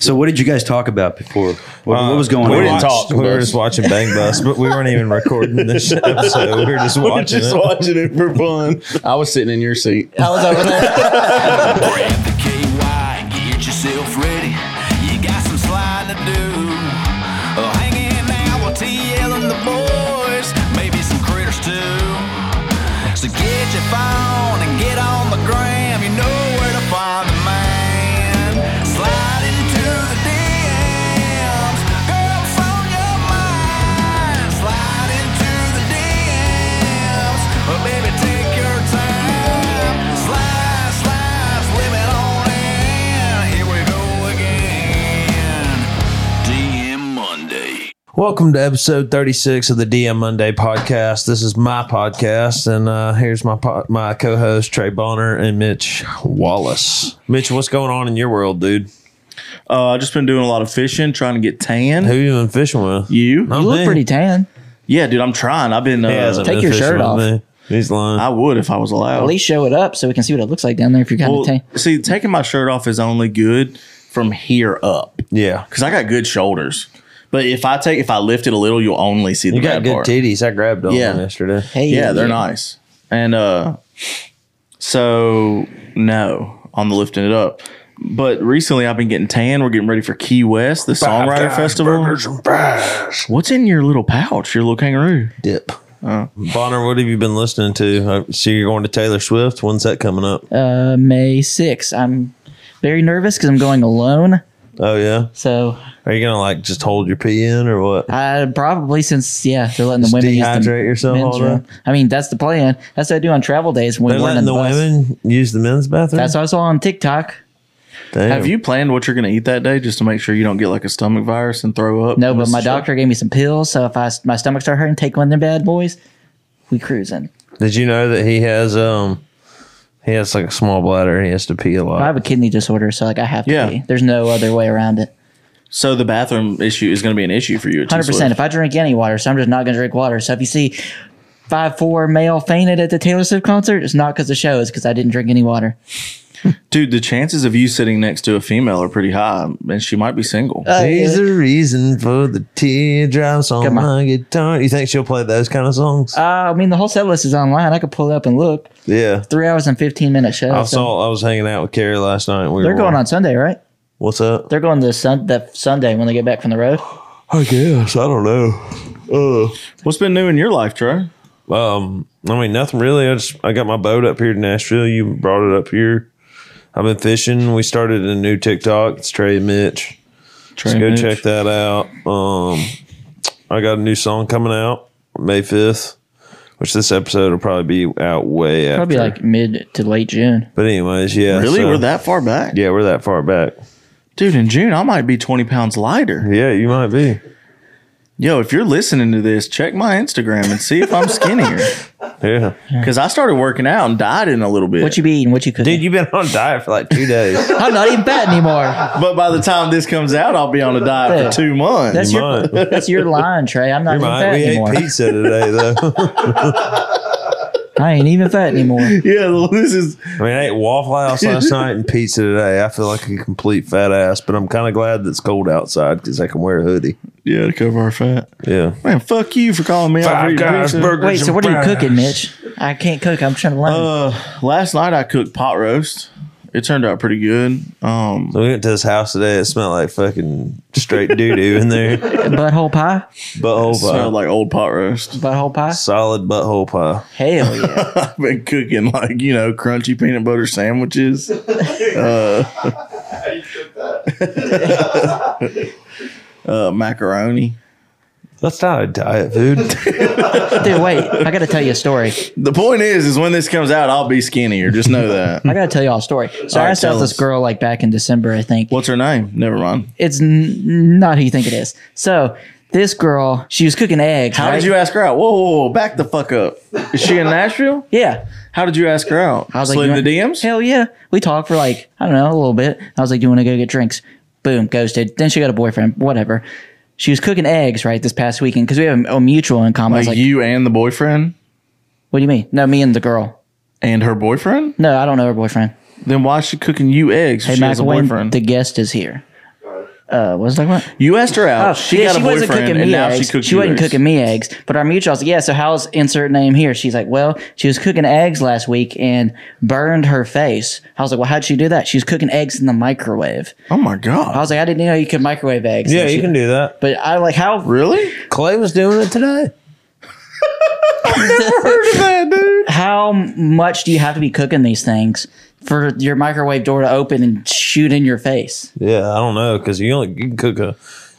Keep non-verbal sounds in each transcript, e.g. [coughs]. So what did you guys talk about before? What, what was going Uh, we on? didn't watched talk. We were Bust. just watching Bang Bust, but we weren't even recording [laughs] this episode. We were just We're watching just it. watching it [laughs] for fun. I was sitting in your seat. I was over there. Grab the KY and get yourself ready. You got some sliding to do. Oh, hanging out with TL and the boys, maybe some critters too. So get your phone and get on the gram. You know where to find the man. Slide into the DMs. Girls on your mind. Slide into the DMs. But baby, take your time. Slide, slide, slip it on in. Here we go again. DM Monday. Welcome to episode 36 of the DM Monday podcast. This is my podcast, and uh, here's my po- my co host, Trey Bonner and Mitch Wallace. Mitch, what's going on in your world, dude? Uh, I just been doing a lot of fishing, trying to get tan. Who you been fishing with? You? I'm You look there. pretty tan. Yeah, dude, I'm trying. I've been. Uh, He hasn't Take been your fishing shirt with off. me. He's lying. I would if I was At allowed. least show it up so we can see what it looks like down there if you're kind Well, of tan. see, taking my shirt off is only good from here up yeah. because I got good shoulders. But if I take, if I lift it a little, you'll only see the You got bad good part. titties. I grabbed on Yeah. one yesterday. Hey, Yeah, they're nice. And uh, so no on the lifting it up. But recently, I've been getting tan. We're getting ready for Key West, the Songwriter Festival. What's in your little pouch? Your little kangaroo? Dip. Oh. Bonner, what have you been listening to? I see you're going to Taylor Swift. When's that coming up? Uh, May 6th. I'm very nervous because I'm going alone. Oh yeah. So Are you gonna like just hold your pee in or what? I probably since yeah they're letting the women use the dehydrate yourself men's all day? room. I mean that's the plan. That's what I do on travel days when They're we're letting on the bus. women use the men's bathroom. That's what I saw on TikTok. Damn. Have you planned what you're going to eat that day just to make sure you don't get like a stomach virus and throw up? No, on but this my trip? doctor gave me some pills. So if I my stomach start hurting, take one of them bad boys. We cruising. Did you know that he has um he has like a small bladder and he has to pee a lot. I have a kidney disorder, so like I have to. Yeah. Pee. There's no other way around it. So the bathroom issue is going to be an issue for you. at Hundred percent. T-Swift. If I drink any water, so I'm just not gonna drink water. So if you see five four male fainted at the Taylor Swift concert, it's not because the show, it's because I didn't drink any water. Dude, the chances of you sitting next to a female are pretty high, and she might be single. Uh, There's a reason for the teardrops on Come on. my guitar. You think she'll play those kind of songs? Uh, I mean, the whole set list is online. I could pull it up and look. yeah. Three hours and fifteen minute show. I so- saw I was hanging out with Carrie last night. We They're were going on Sunday, right? What's up? They're going to sun that Sunday when they get back from the road. I guess. I don't know. What's been new in your life, Trey? Uh, um I mean nothing really. I just I got my boat up here to Nashville. You brought it up here. I've been fishing. We started a new TikTok. It's Trey and Mitch. Trey So go check that out. Um, I got a new song coming out May fifth, which this episode will probably be out way after. Probably like mid to late June. but anyways, yeah. Really, so- we're that far back, Yeah, we're that far back. dude. In June, I might be twenty pounds lighter. Yeah, you might be. Yo, if you're listening to this, check my Instagram and see if I'm [laughs] skinnier. Yeah, Because I started working out and died in a little bit. What you be eating? What you cooking? dude, [laughs] you've been on diet for like two days. [laughs] I'm not even fat anymore. but by the time this comes out, I'll be on a diet Yeah. for two months. That's You your might. that's your line, Trey. I'm not You even might. fat We anymore. ate pizza today [laughs] though. I ain't even fat [laughs] anymore. yeah, well, this is I mean, I ate Waffle House last night and pizza today. I feel like a complete fat ass, but I'm kind of glad that it's cold outside because I can wear a hoodie. yeah to cover our fat. Yeah. Man, fuck you for calling me out. for eating pizza. Wait, so what are you cooking, Mitch? I can't cook. I'm trying to learn. Uh, last night I cooked pot roast. It turned out pretty good. Um, So we went to his house today. It smelled like fucking straight doo doo in there. butthole pie? Butthole pie. smelled like old pot roast. Butthole pie? Solid butthole pie. Hell yeah. [laughs] I've been cooking like you know crunchy peanut butter [laughs] sandwiches. Uh, [laughs] uh, macaroni. That's not a diet food. Dude, wait. I got to tell you a story. The point is, is when this comes out, I'll be skinnier. Just know [laughs] that. I got to tell y'all a story. So All I right, asked out tell this us. girl like back in December, I think. What's her name? Never mind. It's n- not who you think it is. So this girl, she was cooking eggs. How right? did you ask her out? Whoa, whoa, whoa, back the fuck up. Is she in Nashville? Yeah. How did you ask her out? I was Slid like, in you the want- DMs. Hell yeah. We talked for like, I don't know, a little bit. I was like, do you want to go get drinks? Boom, ghosted. Then she got a boyfriend, whatever. She was cooking eggs, right, this past weekend because we have a, a mutual in common. I was Like, like, you and the boyfriend what do you mean? No, me and the girl. and her boyfriend. No, I don't know her boyfriend. Then why is she cooking you eggs? if Hey, she has a McElwain, boyfriend. the guest is here. uh, what was I talking about? You asked her out. Oh, she yeah, got a she boyfriend, wasn't cooking and me now eggs. she cooks. you wasn't eggs. cooking me eggs, but our mutual was like, "Yeah, so how's insert name here?" She's like, "Well, she was cooking eggs last week and burned her face." I was like, "Well, how'd she do that?" She was cooking eggs in the microwave. Oh my I god! was like, "I didn't know you could microwave [laughs] eggs." Yeah, And she- you can do that. But I like how Really? Clay was doing it today. how much do you have to be cooking these things for your microwave door to open and shoot in your face? Yeah, I don't know because you only you can cook a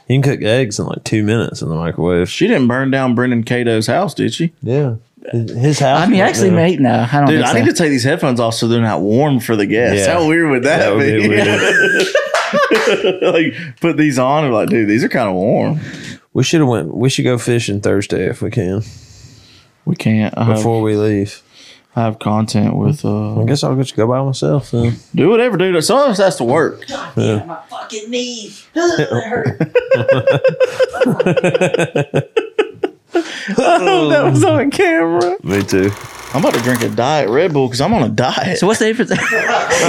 you can cook eggs in like two minutes in the microwave. She didn't burn down Brendan Cato's house, did she? Yeah, his house. I mean, actually, made. mate, no, I don't. Dude, think I so. need to take these headphones off so they're not warm for the guests. Yeah. How weird would that, That would [laughs] be weird. be? [laughs] like, put these on and like, dude, these are kind of warm. we should have went. We should go fishing Thursday if we can We can't. I have, before we leave. I have content with. I uh guess I'll just go by myself. Then. Do whatever, dude. Some of us has to work. my fucking knees. [laughs] Ugh, [laughs] they hurt. that was on camera. Me too. I'm about to drink a diet Red Bull because I'm on a diet. so what's the difference? [laughs]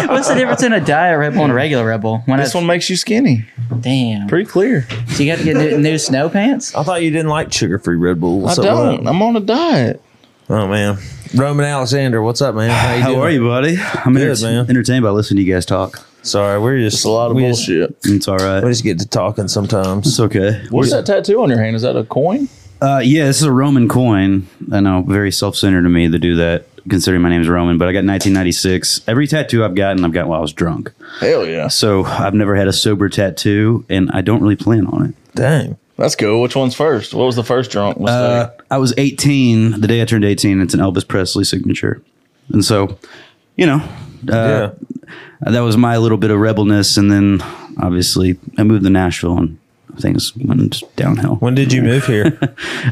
what's the difference in a diet Red Bull and a regular Red Bull? When this I- one makes you skinny. damn. Pretty clear. So you got to get new, new snow pants. I thought you didn't like sugar-free Red Bull. I What's up with don't. I'm on a diet. that? Oh man, Roman Alexander, what's up, man? How, you How doing? are you, buddy? I'm Good, enter- man. entertained by listening to you guys talk. Sorry, we're just It's a lot of we just- bullshit. It's all we right. just get to talking sometimes. It's okay. What's that tattoo on your hand? Is that a coin? Uh, yeah, this is a Roman coin. I know, very self-centered of me to do that, considering my name is Roman. But I got 1996. Every tattoo I've gotten, I've gotten while I was drunk. Hell yeah. So I've never had a sober tattoo, and I don't really plan on it. Dang. That's cool. Which one's first? What was the first drunk? Was Uh, I was 18 the day I turned 18. It's an Elvis Presley signature, and so, you know, uh, that was my little bit of rebelness. And then, obviously, I moved to Nashville, and things went downhill. When did you move here?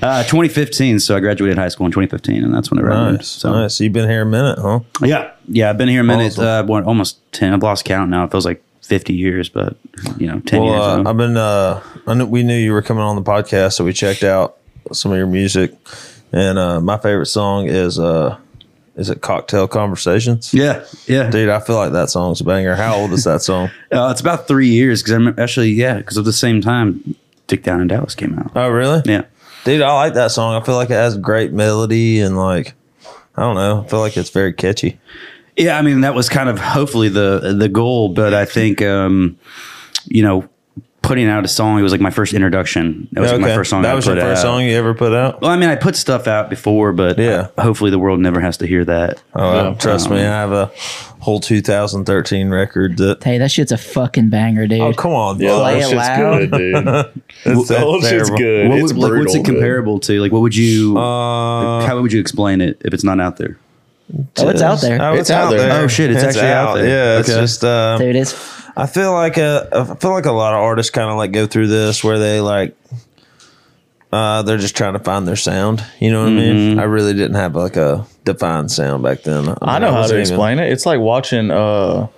Uh, 2015. So I graduated high school in 2015, and that's when I [laughs] moved. nice. So Nice. You've been here a minute, huh? yeah, yeah, I've been here a minute. Awesome. Uh, what, almost 10. I've lost count now. It feels like 50 years, but you know, 10 years. Well, ago. uh, I've been. Uh, I knew we knew you were coming on the podcast, so we checked out some of your music. And uh, my favorite song is uh, is it Cocktail Conversations? yeah, yeah. Dude, I feel like that song's a banger. How old is that [laughs] song? Uh, it's about three years because I'm actually yeah because at the same time, Dick Down in Dallas came out. Oh, really? Yeah. Dude, I like that song. I feel like it has great melody and like I don't know. I feel like it's very catchy. Yeah, I mean that was kind of hopefully the the goal, but I think um, you know putting out a song it was like my first introduction. That was like, my first song. that I was put your first out. song you ever put out. Well, I mean, I put stuff out before, but Yeah. hopefully the world never has to hear that. Oh, Yeah. trust um, me, I have a whole 2013 record that. Hey, that shit's a fucking banger, dude. Oh, come on, Yeah, Play that it shit's loud. good, [laughs] dude. That's- that old that's shit's terrible. good. What it's would, like, brutal, what's it dude. comparable to? Like, what would you? Uh, how would you explain it if it's not out there? oh, it's out there, Oh, It's out there. Oh, shit, it's actually out there. Yeah, it's Okay. just. Um, dude. It's I feel like uh, I feel like a lot of artists kind of like go through this where they like uh, they're just trying to find their sound. You know what I mean? I really didn't have like a defined sound back then. mean, I know how wasn't to even- explain it. It's like watching uh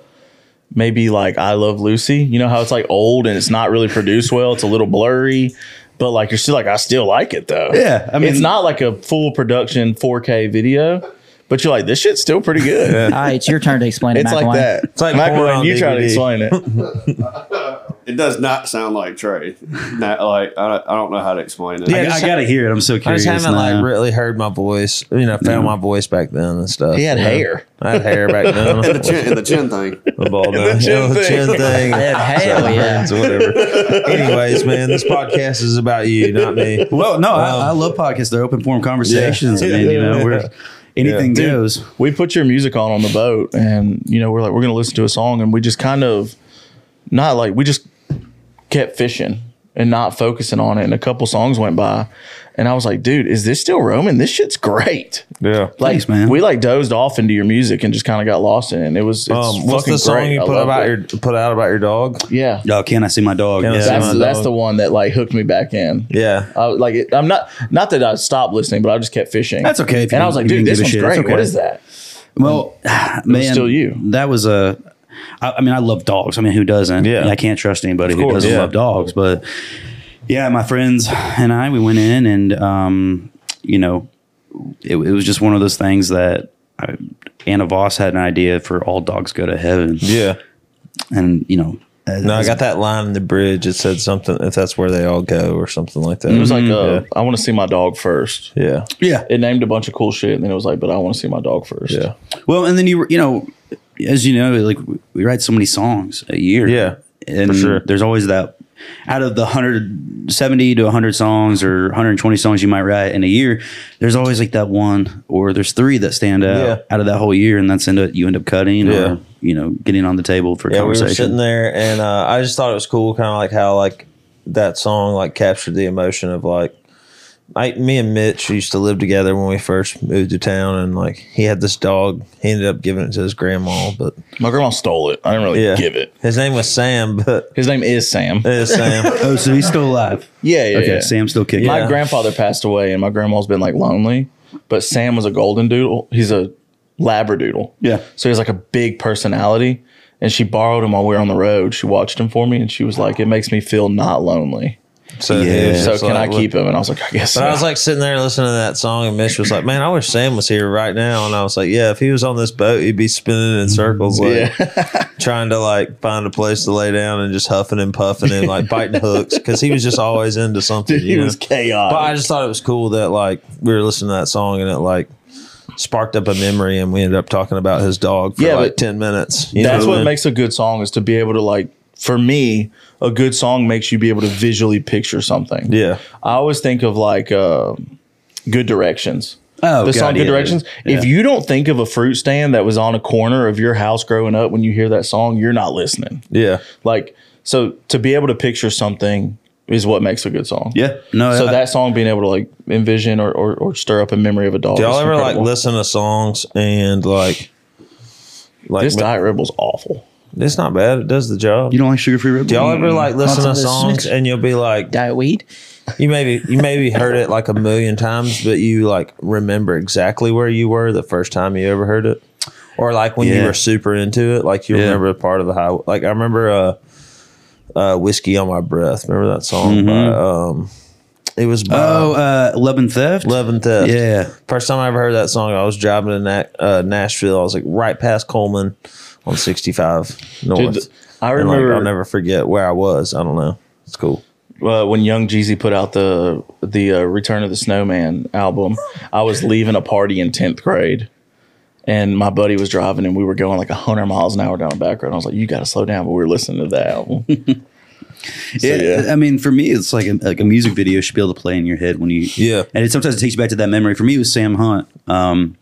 maybe like I Love Lucy. You know how it's like old and it's not really produced well. It's a little blurry, but like you're still like I still like it though. Yeah, I mean- it's not like a full production 4K video, but you're like this shit's still pretty good. all right. It's your turn to explain it. It's like McElwain. that. It's like porn on you try to DVD. explain it. It does not sound like Trey. Not like I, I don't know how to explain it. Yeah, I, just- I gotta hear it. I'm so I curious. just haven't now. like really heard my voice. You know, found my voice back then and stuff. He had you know. hair. I had hair back then. And the chin, and the chin thing. the [laughs] ball down. [laughs] chin Yeah, the thing. chin thing. Dude, hell [laughs] yeah. Friends, whatever. Anyways, man, this podcast is about you, not me. Well, no, Um, I, I love podcasts. They're open form conversations. I mean, you know, where anything Dude, goes. we put your music on on the boat and you know we're like we're gonna listen to a song and we just kind of not like we just kept fishing and not focusing on it and a couple songs went by and i was like dude is this still roman this shit's great Yeah. like Thanks, man. we like dozed off into your music and just kind of got lost in it and it was it's Um, what's fucking the song great. you I put love about it. your put out about your dog? yeah Oh, can I see my dog? Can I see that's my that's dog. the one that like hooked me back in Yeah. I was like it, I'm not not that I stopped listening, but I just kept fishing. That's okay if you and I was like, didn't- you dude, didn't this give a one's shit. It's great. okay. What is that? Well, [sighs] man, still you. That was a. I, I mean, I love dogs. I mean, who doesn't? Yeah. And I can't trust anybody who course, doesn't yeah. love dogs. But yeah, my friends and I, we went in, and um, you know, it, it was just one of those things that I, Anna Voss had an idea for all dogs go to heaven, Yeah. and you know, No, I got that line in the bridge. It said something if that's where they all go or something like that. It was like, Mm-hmm. uh, I want to see my dog first. yeah, Yeah. It named a bunch of cool shit, and then it was like, but I want to see my dog first. yeah, Well, and then you you know, as you know, like we write so many songs a year. yeah. and sure. there's always that out of the 170 to 100 songs or 120 songs you might write in a year there's always like that one or there's three that stand out Yeah. out of that whole year and that's end up you end up cutting Yeah. or you know getting on the table for Yeah, we were conversation sitting there, and uh, I just thought it was cool, kind of like how like that song like captured the emotion of like. I, me and Mitch used to live together when we first moved to town, and like he had this dog. He ended up giving it to his grandma, but My grandma stole it. I didn't really yeah, Uh, give it. His name was Sam, [laughs] but His name is Sam. it is Sam. oh so he's still alive Yeah, yeah. okay yeah. sam's still kicking My Yeah. grandfather passed away, and my grandma's been like lonely. But Sam was a golden doodle. He's a labradoodle. Yeah. So he's like a big personality. And she borrowed him while we were on the road. She watched him for me, and she was like, "It makes me feel not lonely." So, he Yeah. was So just can like, I keep him? And I was like, "I guess." But so. I was like sitting there listening to that song, and Mitch was like, "Man, I wish Sam was here right now." And I was like, "Yeah, if he was on this boat, he'd be spinning in circles, like [laughs] trying to like find a place to lay down and just huffing and puffing and like biting hooks because he was just always into something." [laughs] [laughs] he you was know? chaos. But I just thought it was cool that like we were listening to that song and it like sparked up a memory, and we ended up talking about his dog for Yeah, like but ten minutes. you That's know? what And- makes a good song is to be able to like. For me, a good song makes you be able to visually picture something. yeah. I always think of like uh, Good Directions. Oh, the God, song yeah, Good Directions. yeah. If you don't think of a fruit stand that was on a corner of your house growing up when you hear that song, you're not listening. Yeah, Like, so to be able to picture something is what makes a good song. yeah no So I- that song being able to like envision or, or, or stir up a memory of a dog. do y'all is ever incredible. like listen to songs and like like This Diet Rebel's awful. it's not bad. It does the job. you don't like sugar free rib Do y'all ever like listen Lots to of the songs snitch. and you'll be like, Diet weed. you maybe you maybe heard it like a million times, but you like remember exactly where you were the first time you ever heard it, or like when you Yeah. were super into it, like you Yeah. remember a part of the high. Like I remember uh, uh, whiskey on my breath. Remember that song? By, um, it was by Mm-hmm. oh uh love and theft Love and Theft. yeah First time I ever heard that song, I was driving to Na- uh, Nashville. I was like right past Coleman on 65 North. Dude, I And, remember like, I'll never forget where I was. I don't know. It's cool. uh, when Young Jeezy put out the the uh, Return of the Snowman album, I was leaving a party in tenth grade, and my buddy was driving, and we were going like hundred miles an hour down a back road. And I was like, "You got to slow down," but we were listening to that album. [laughs] yeah, yeah. I mean, for me, it's like a, like a music video should be able to play in your head when you Yeah. and it sometimes it takes you back to that memory. For me, it was Sam Hunt. Um,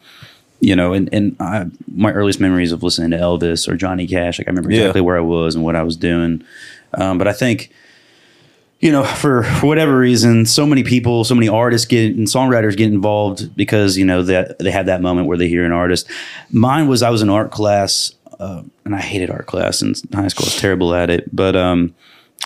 you know, and and I, my earliest memories of listening to Elvis or Johnny Cash, like I remember Yeah. exactly where I was and what I was doing. Um, but I think, you know, for, for whatever reason, so many people, so many artists get and songwriters get involved because you know that they have that moment where they hear an artist. Mine was I was in art class, uh, and I hated art class in high school. I was terrible at it, but um,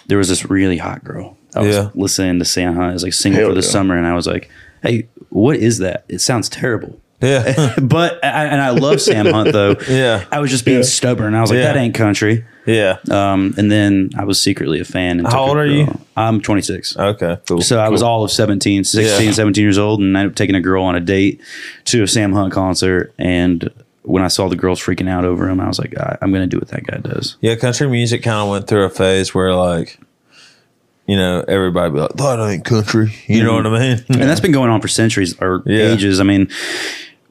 there was this really hot girl. I was Yeah. listening to Sam Hunt. It was like single Hell for the yeah. summer, and I was like, "Hey, what is that? It sounds terrible." [laughs] [laughs] Yeah. but I, and I love Sam Hunt though. [laughs] Yeah. I was just being stubborn. I was like, Yeah. "That ain't country." yeah. Uh, Um, and then I was secretly a fan. And How took a old are girl. you? I'm 26. Okay. Cool. So I was all of 17, 16, Yeah. 17 years old, and I ended up taking a girl on a date to a Sam Hunt concert. And when I saw the girls freaking out over him, I was like, I, I'm going to do what that guy does. Yeah, country music kind of went through a phase where like, you know, everybody be like, "That ain't country." You know what I [laughs] mean? And that's been going on for centuries or Yeah. ages. I mean,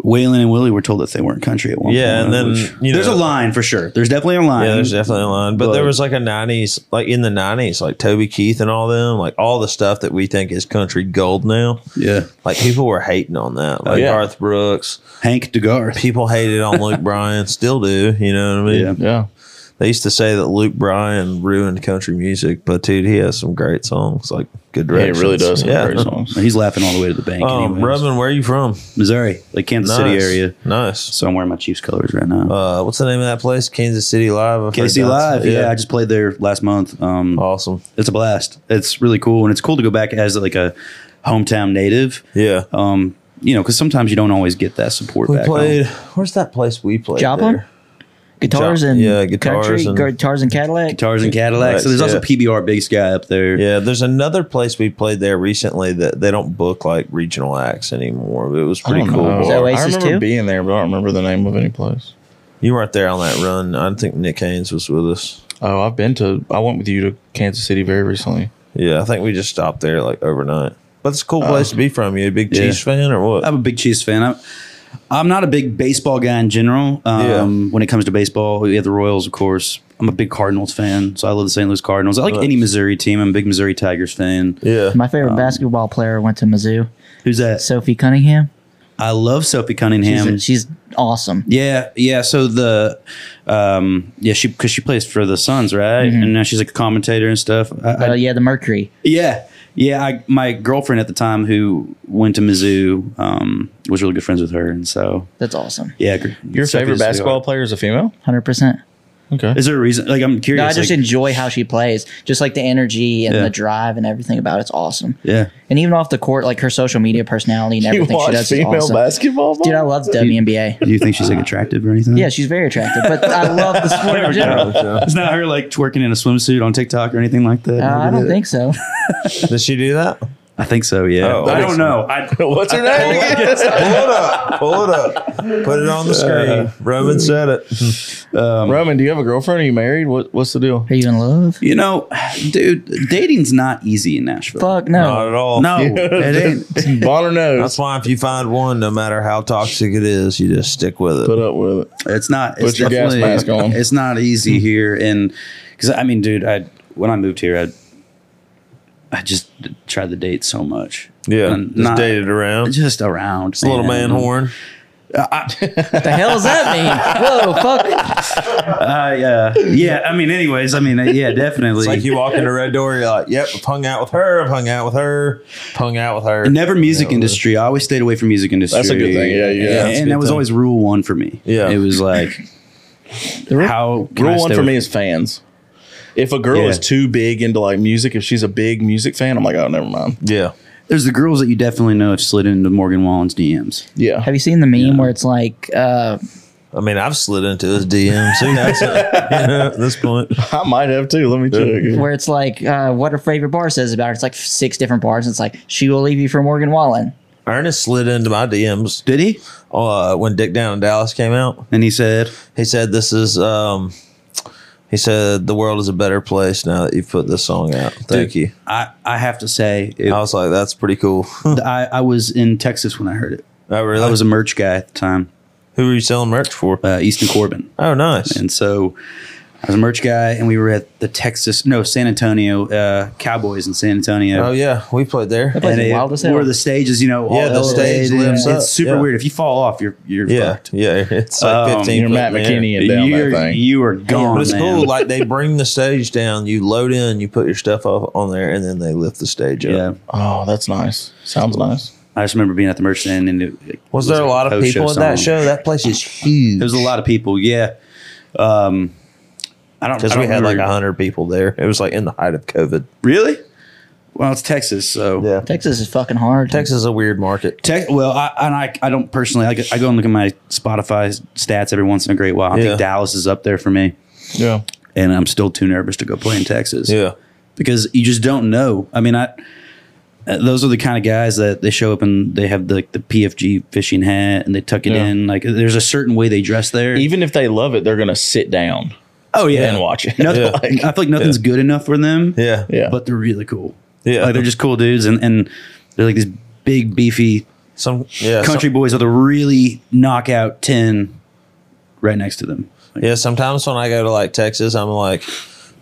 Waylon and Willie were told that they weren't country at one Yeah, and point. then, which- you there's know- a line for sure. There's definitely a line. yeah, there's definitely a line, but there was like a '90s, like in the '90s, like Toby Keith and all them, like all the stuff that we think is country gold now. yeah. Like people were hating on that, like Oh, yeah. Garth Brooks. Hank DeGarth. People hated on [laughs] Luke Bryan, still do. You know what I mean? Yeah. yeah, They used to say that Luke Bryan ruined country music, but dude, he has some great songs, like Good yeah, it Directions. really does. have Yeah. Great songs. He's laughing all the way to the bank. Um, anyways. Roman, where are you from? Missouri, like Kansas City Nice. area. Nice. So I'm wearing my Chiefs colors right now. Uh, what's the name of that place? Kansas City Live. I've heard KC that's- Live. Yeah. I just played there last month. Um, awesome. It's a blast. It's really cool. And it's cool to go back as like a hometown native. Yeah. Um, you know, because sometimes you don't always get that support we back. home. played. Where's that place we played? Joplin? there? Guitars Jo- and yeah, guitars country, and- guitars and Cadillac. Guitars and Cadillacs. so there's also Yeah. PBR Big Sky up there. Yeah, there's another place we played there recently that they don't book like regional acts anymore. It was pretty I don't cool. know. Is that Oasis I remember too? being there, but I don't remember the name of any place. You weren't there on that run. I think Nick Haynes was with us. Oh, I've been to. I went with you to Kansas City very recently. Yeah, I think we just stopped there like overnight. But it's a cool place to be from. You a big yeah. Chiefs fan or what? I'm a big Chiefs fan. I'm, I'm not a big baseball guy in general. Um, When it comes to baseball, we have the Royals, of course. I'm a big Cardinals fan, so I love the St. Louis Cardinals. I like any Missouri team. I'm a big Missouri Tigers fan. yeah. [laughs] My favorite basketball player went to Mizzou. Who's that? Sophie Cunningham. I love Sophie She's, Cunningham. she's awesome. Yeah, yeah. So the, um, yeah, she because she plays for the Suns, right? Mm-hmm. And now she's like a commentator and stuff. I, I- Uh, yeah, the Mercury. yeah, yeah. I, my girlfriend at the time who went to Mizzou um, was really good friends with her, and so That's awesome. yeah. gr- Your favorite Sophie's a sweetheart. basketball player is a female. Hundred percent. Okay. Is there a reason? Like, I'm curious. No, I just like- enjoy how she plays. Just like the energy and Yeah. the drive and everything about it's awesome. yeah. And even off the court, like her social media personality and everything she does is awesome. basketball? Dude, I love WNBA. Do you think she's like attractive or anything? [laughs] Yeah, she's very attractive, but I love the [laughs] sport in general. it's not her like twerking in a swimsuit on TikTok or anything like that. Uh, I don't think so. Does she do that? I think so. Yeah. Oh, I don't okay. know. I, [laughs] What's [laughs] her name? again? Pull it up. Put it on the screen. Roman said it. Roman, do you have a girlfriend? Are you married? What What's the deal? Are you in love? you know, dude, dating's not easy in Nashville. Fuck Not no. at all. [laughs] No, it ain't. Bonner knows. That's why if you find one, no matter how toxic it is, you just stick with it. Put up with it. It's not. it's Put your gas definitely- mask on. It's not Hmm. easy here, and because I mean, dude, I when I moved here, I I just tried to date so much. yeah. And Just not- date it around. just around. It's a little man horn. What the hell does that mean? [laughs] Whoa, fuck. Uh, yeah, yeah. I mean, anyways, I mean, [laughs] uh, yeah, definitely. It's like you walk into Red Door, you're like, yep, I've hung out with her, I've hung out with her, hung out with her. Never music industry. I always stayed away from music industry. That's a good thing. Yeah, yeah, that's a and good that was thing. always rule one for me. Yeah. it [laughs] was like rule- how can I Rule one stay for with- me is fans. If a girl Yeah. is too big into like music, if she's a big music fan, I'm like, oh, never mind. Yeah. There's the girls that you definitely know have slid into Morgan Wallen's DMs. Yeah. Have you seen the meme where it's like, uh, I mean, I've slid into his DMs. Who knows? [laughs] you know, at this point. [laughs] I might have too. Let me check. where it's like uh, what her favorite bar says about her? It's like six different bars. And it's like she will leave you for Morgan Wallen. Ernest slid into my DMs Did he? uh, when Dick Down in Dallas came out. And he said, He said, "This is." Um, he said, "The world is a better place now that you put this song out." Thank you. "I I have to say, it, I was like, "That's pretty cool." [laughs] I, I was in Texas when I heard it. I really I was a merch guy at the time, who were you selling merch for? uh, Easton Corbin. Oh, nice. And so I was a merch guy, and we were at the Texas, no, San Antonio, uh, Cowboys in San Antonio. Oh yeah, we played there. Like And it, wild as hell. where the stage is, you know, all Yeah, the stage elevated, and lifts It's up, super yeah. weird. If you fall off, you're [laughs] you're Yeah, fucked. yeah. It's like Um, fifteen. You're foot in Matt the air. McKinney and down You're, that thing. you are gone. But it's man. cool. Like they bring the stage down, you load in, you put your stuff up on there, and then they lift the stage up. yeah. Oh, that's nice. Sounds nice. I just remember being at the merch stand, and it, it Was, there a lot of post-show people at that song. show? That [laughs] place is huge. There was a lot of people. Yeah. Um, I don't because I we don't had like remember- hundred people there. It was like in the height of COVID. really. Well, it's Texas, so Texas is fucking hard. Texas is a weird market. Tech, well, I, and I, I don't personally. I, go- I go and look at my Spotify stats every once in a great while. I Yeah. think Dallas is up there for me, Yeah. and I'm still too nervous to go play in Texas. Yeah. because you just don't know. I mean, I uh, those are the kind of guys that they show up and they have the, like the PFG fishing hat and they tuck it Yeah. in. Like there's a certain way they dress there. [laughs] Even if they love it, they're gonna sit down oh yeah, and watch it. Nothing, Like, I feel like nothing's good enough for them. Yeah. [laughs] yeah. but they're really cool. Yeah. like they're just cool dudes, and and they're like these big beefy Some yeah. some- country boys with a really knockout ten right next to them. Like, Yeah, sometimes when I go to like Texas, I'm like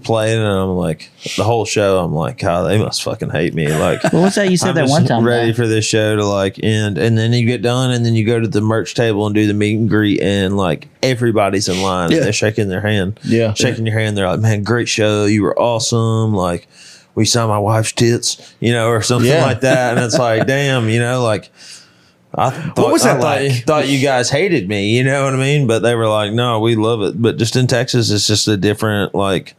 playing and I'm like the whole show, I'm like, God, they must fucking hate me. Like What was that you said I'm that just one time? ready about? for this show to like end and then you get done and then you go to the merch table and do the meet and greet and like everybody's in line Yeah. and they're shaking their hand. Yeah. Shaking your hand, they're like, Man, great show, you were awesome, like we saw my wife's tits, you know, or something Yeah. like that. And it's like, damn, you know, like I thought, was I that thought- like? thought you guys hated me, you know what I mean? But they were like, no, we love it. But just in Texas, it's just a different, like,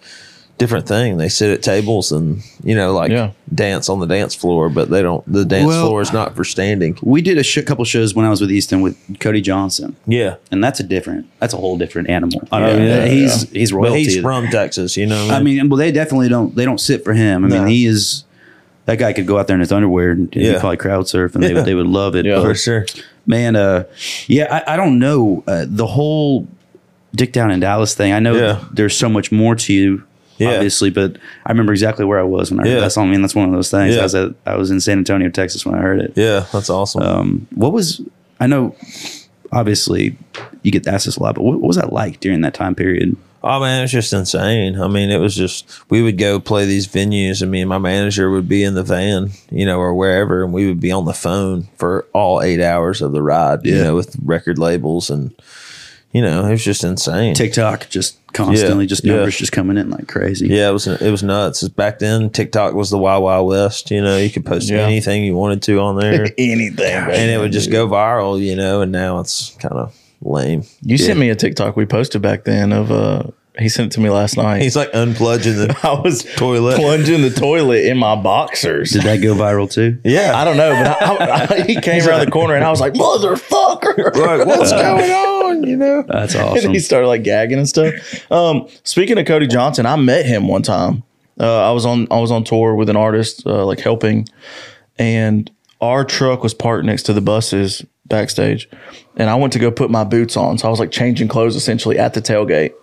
different thing. They sit at tables and, you know, like Yeah. dance on the dance floor, but they don't, the dance Well- floor is not for standing. We did a sh- couple shows when I was with Easton with Cody Johnson, Yeah. and that's a different, that's a whole different animal. I mean, Yeah, yeah, he's he's royalty. But he's from Texas, you know? what I mean, well, they definitely don't. They don't sit for him. I No. mean, he is. That guy could go out there in his underwear and he'd Yeah. probably crowd surf, and they would they would love it. Yeah. But, for sure. man, uh, yeah, I, I don't know. Uh, the whole Dick Down in Dallas thing. I know Yeah. there's so much more to you, Yeah. obviously, but I remember exactly where I was when I heard Yeah. that song. I mean, that's one of those things. Yeah. I was at, I was in San Antonio, Texas, when I heard it. Yeah, that's awesome. Um, what was I know? Obviously, you get asked this a lot, but what, what was that like during that time period? Oh man, it was just insane. I mean, it was just we would go play these venues, and me and my manager would be in the van, you know, or wherever, and we would be on the phone for all eight hours of the ride, you Yeah. know, with record labels, and you know, it was just insane. TikTok just constantly, just Yeah. numbers just coming in like crazy. yeah, it was it was nuts. Back then, TikTok was the wild wild west. You know, you could post Yeah. anything you wanted to on [laughs] there, Anything, and it would just go viral. You know, and now it's kind of lame. You sent me a TikTok we posted back then of uh he sent it to me last night. He's like unplugging the [laughs] I was [laughs] [laughs] toilet. plunging the toilet in my boxers. Did that go viral [laughs] too? yeah, I don't know, but I, [laughs] I, I, he came around the corner and I was like, [laughs] "Motherfucker, Right, what's going on?" You know, That's and awesome. he started like gagging and stuff. Um, speaking of Cody Johnson, I met him one time. Uh, I was on I was on tour with an artist, uh, like helping, and our truck was parked next to the buses backstage, and I went to go put my boots on, so I was like changing clothes essentially at the tailgate,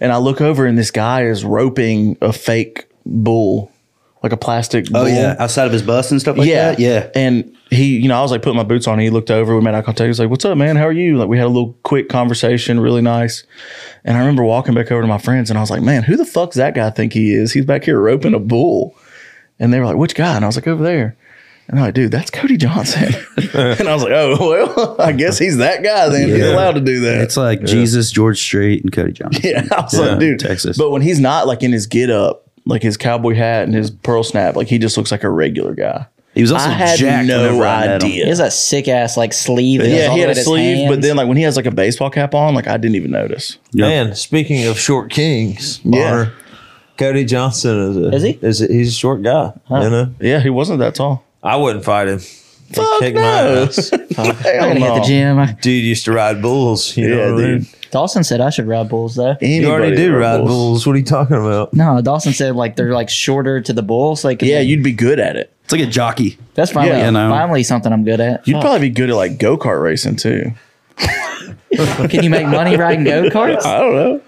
and I look over and this guy is roping a fake bull, like a plastic. Oh bull yeah, outside of his bus and stuff like yeah, that. Yeah, And he, you know, I was like putting my boots on. And he looked over. We made eye contact. He was like, "What's up, man? How are you?" Like we had a little quick conversation, really nice. And I remember walking back over to my friends, and I was like, "Man, who the fuck's that guy think he is? He's back here roping a bull." And they were like, "Which guy?" And I was like, "Over there." And I'm like, "Dude, that's Cody Johnson." [laughs] and I was like, "Oh well, [laughs] I guess he's that guy then. He's Yeah. allowed to do that." it's like Jesus, George Strait, and Cody Johnson. [laughs] Yeah, I was Yeah, like, dude, Texas. But when he's not like in his get up, like his cowboy hat and his pearl snap, like he just looks like a regular guy. [laughs] He was also I had jacked no whenever I met him. idea. He has a sick ass like sleeve. that goes Yeah, all he the had way a to his sleeve, but hands. then like when he has like a baseball cap on, like I didn't even notice. [laughs] Yeah. Man, speaking of short kings, Yeah. Bonner, Cody Johnson is a, Is he? Is a, he's a short guy. You know, Yeah, he wasn't that tall. I wouldn't fight him. He'd Fuck kick no. [laughs] ass. Hell I gotta no. hit the gym. I- Dude used to ride bulls. You Yeah, know what I mean? dude. Dawson said I should ride bulls though. Anybody You already do that ride rules. bulls. What are you talking about? No, Dawson said like they're like shorter to the bulls. Like Yeah, you'd be good at it. It's like a jockey. that's finally yeah, I know. finally something I'm good at. You'd probably be good at like go kart racing too. Can you [laughs] make money riding go karts? I don't know.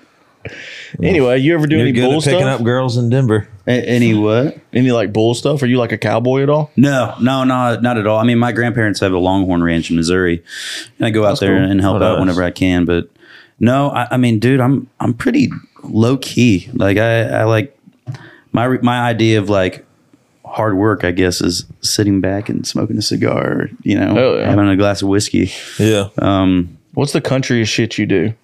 Anyway, you ever do You're any good bull at picking stuff? up girls in Denver. A- any what? Any like bull stuff? Are you like a cowboy at all? No, no, no, not at all. I mean, my grandparents have a Longhorn Ranch in Missouri, and I go out there and help Oh, out nice. whenever I can. But no, I, I mean, dude, I'm I'm pretty low key. Like I, I like my re- my idea of like hard work. I guess is sitting back and smoking a cigar. You know, Oh, yeah. having a glass of whiskey. Yeah. What's the countryest shit you do?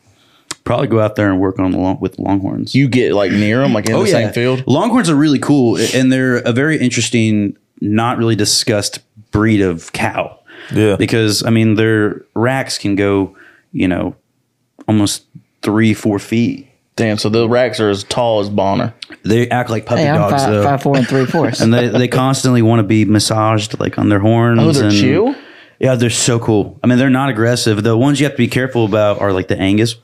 Probably go out there and work on the long, with Longhorns. You Oh, get like near them, Oh, like in the same field. Longhorns are really cool, a- and they're a very interesting, not really discussed breed of cow. Yeah. Because I mean, their racks can go, you know, almost three, four feet. Damn, so the racks are as tall as Bonner. They act like puppy Hey, I'm dogs five, though, five four and [laughs] three fourths. and they, they constantly want to be massaged like on their horns. Oh, they're and, chill? Yeah, they're so cool. I mean, they're not aggressive. The ones you have to be careful about are like the Angus.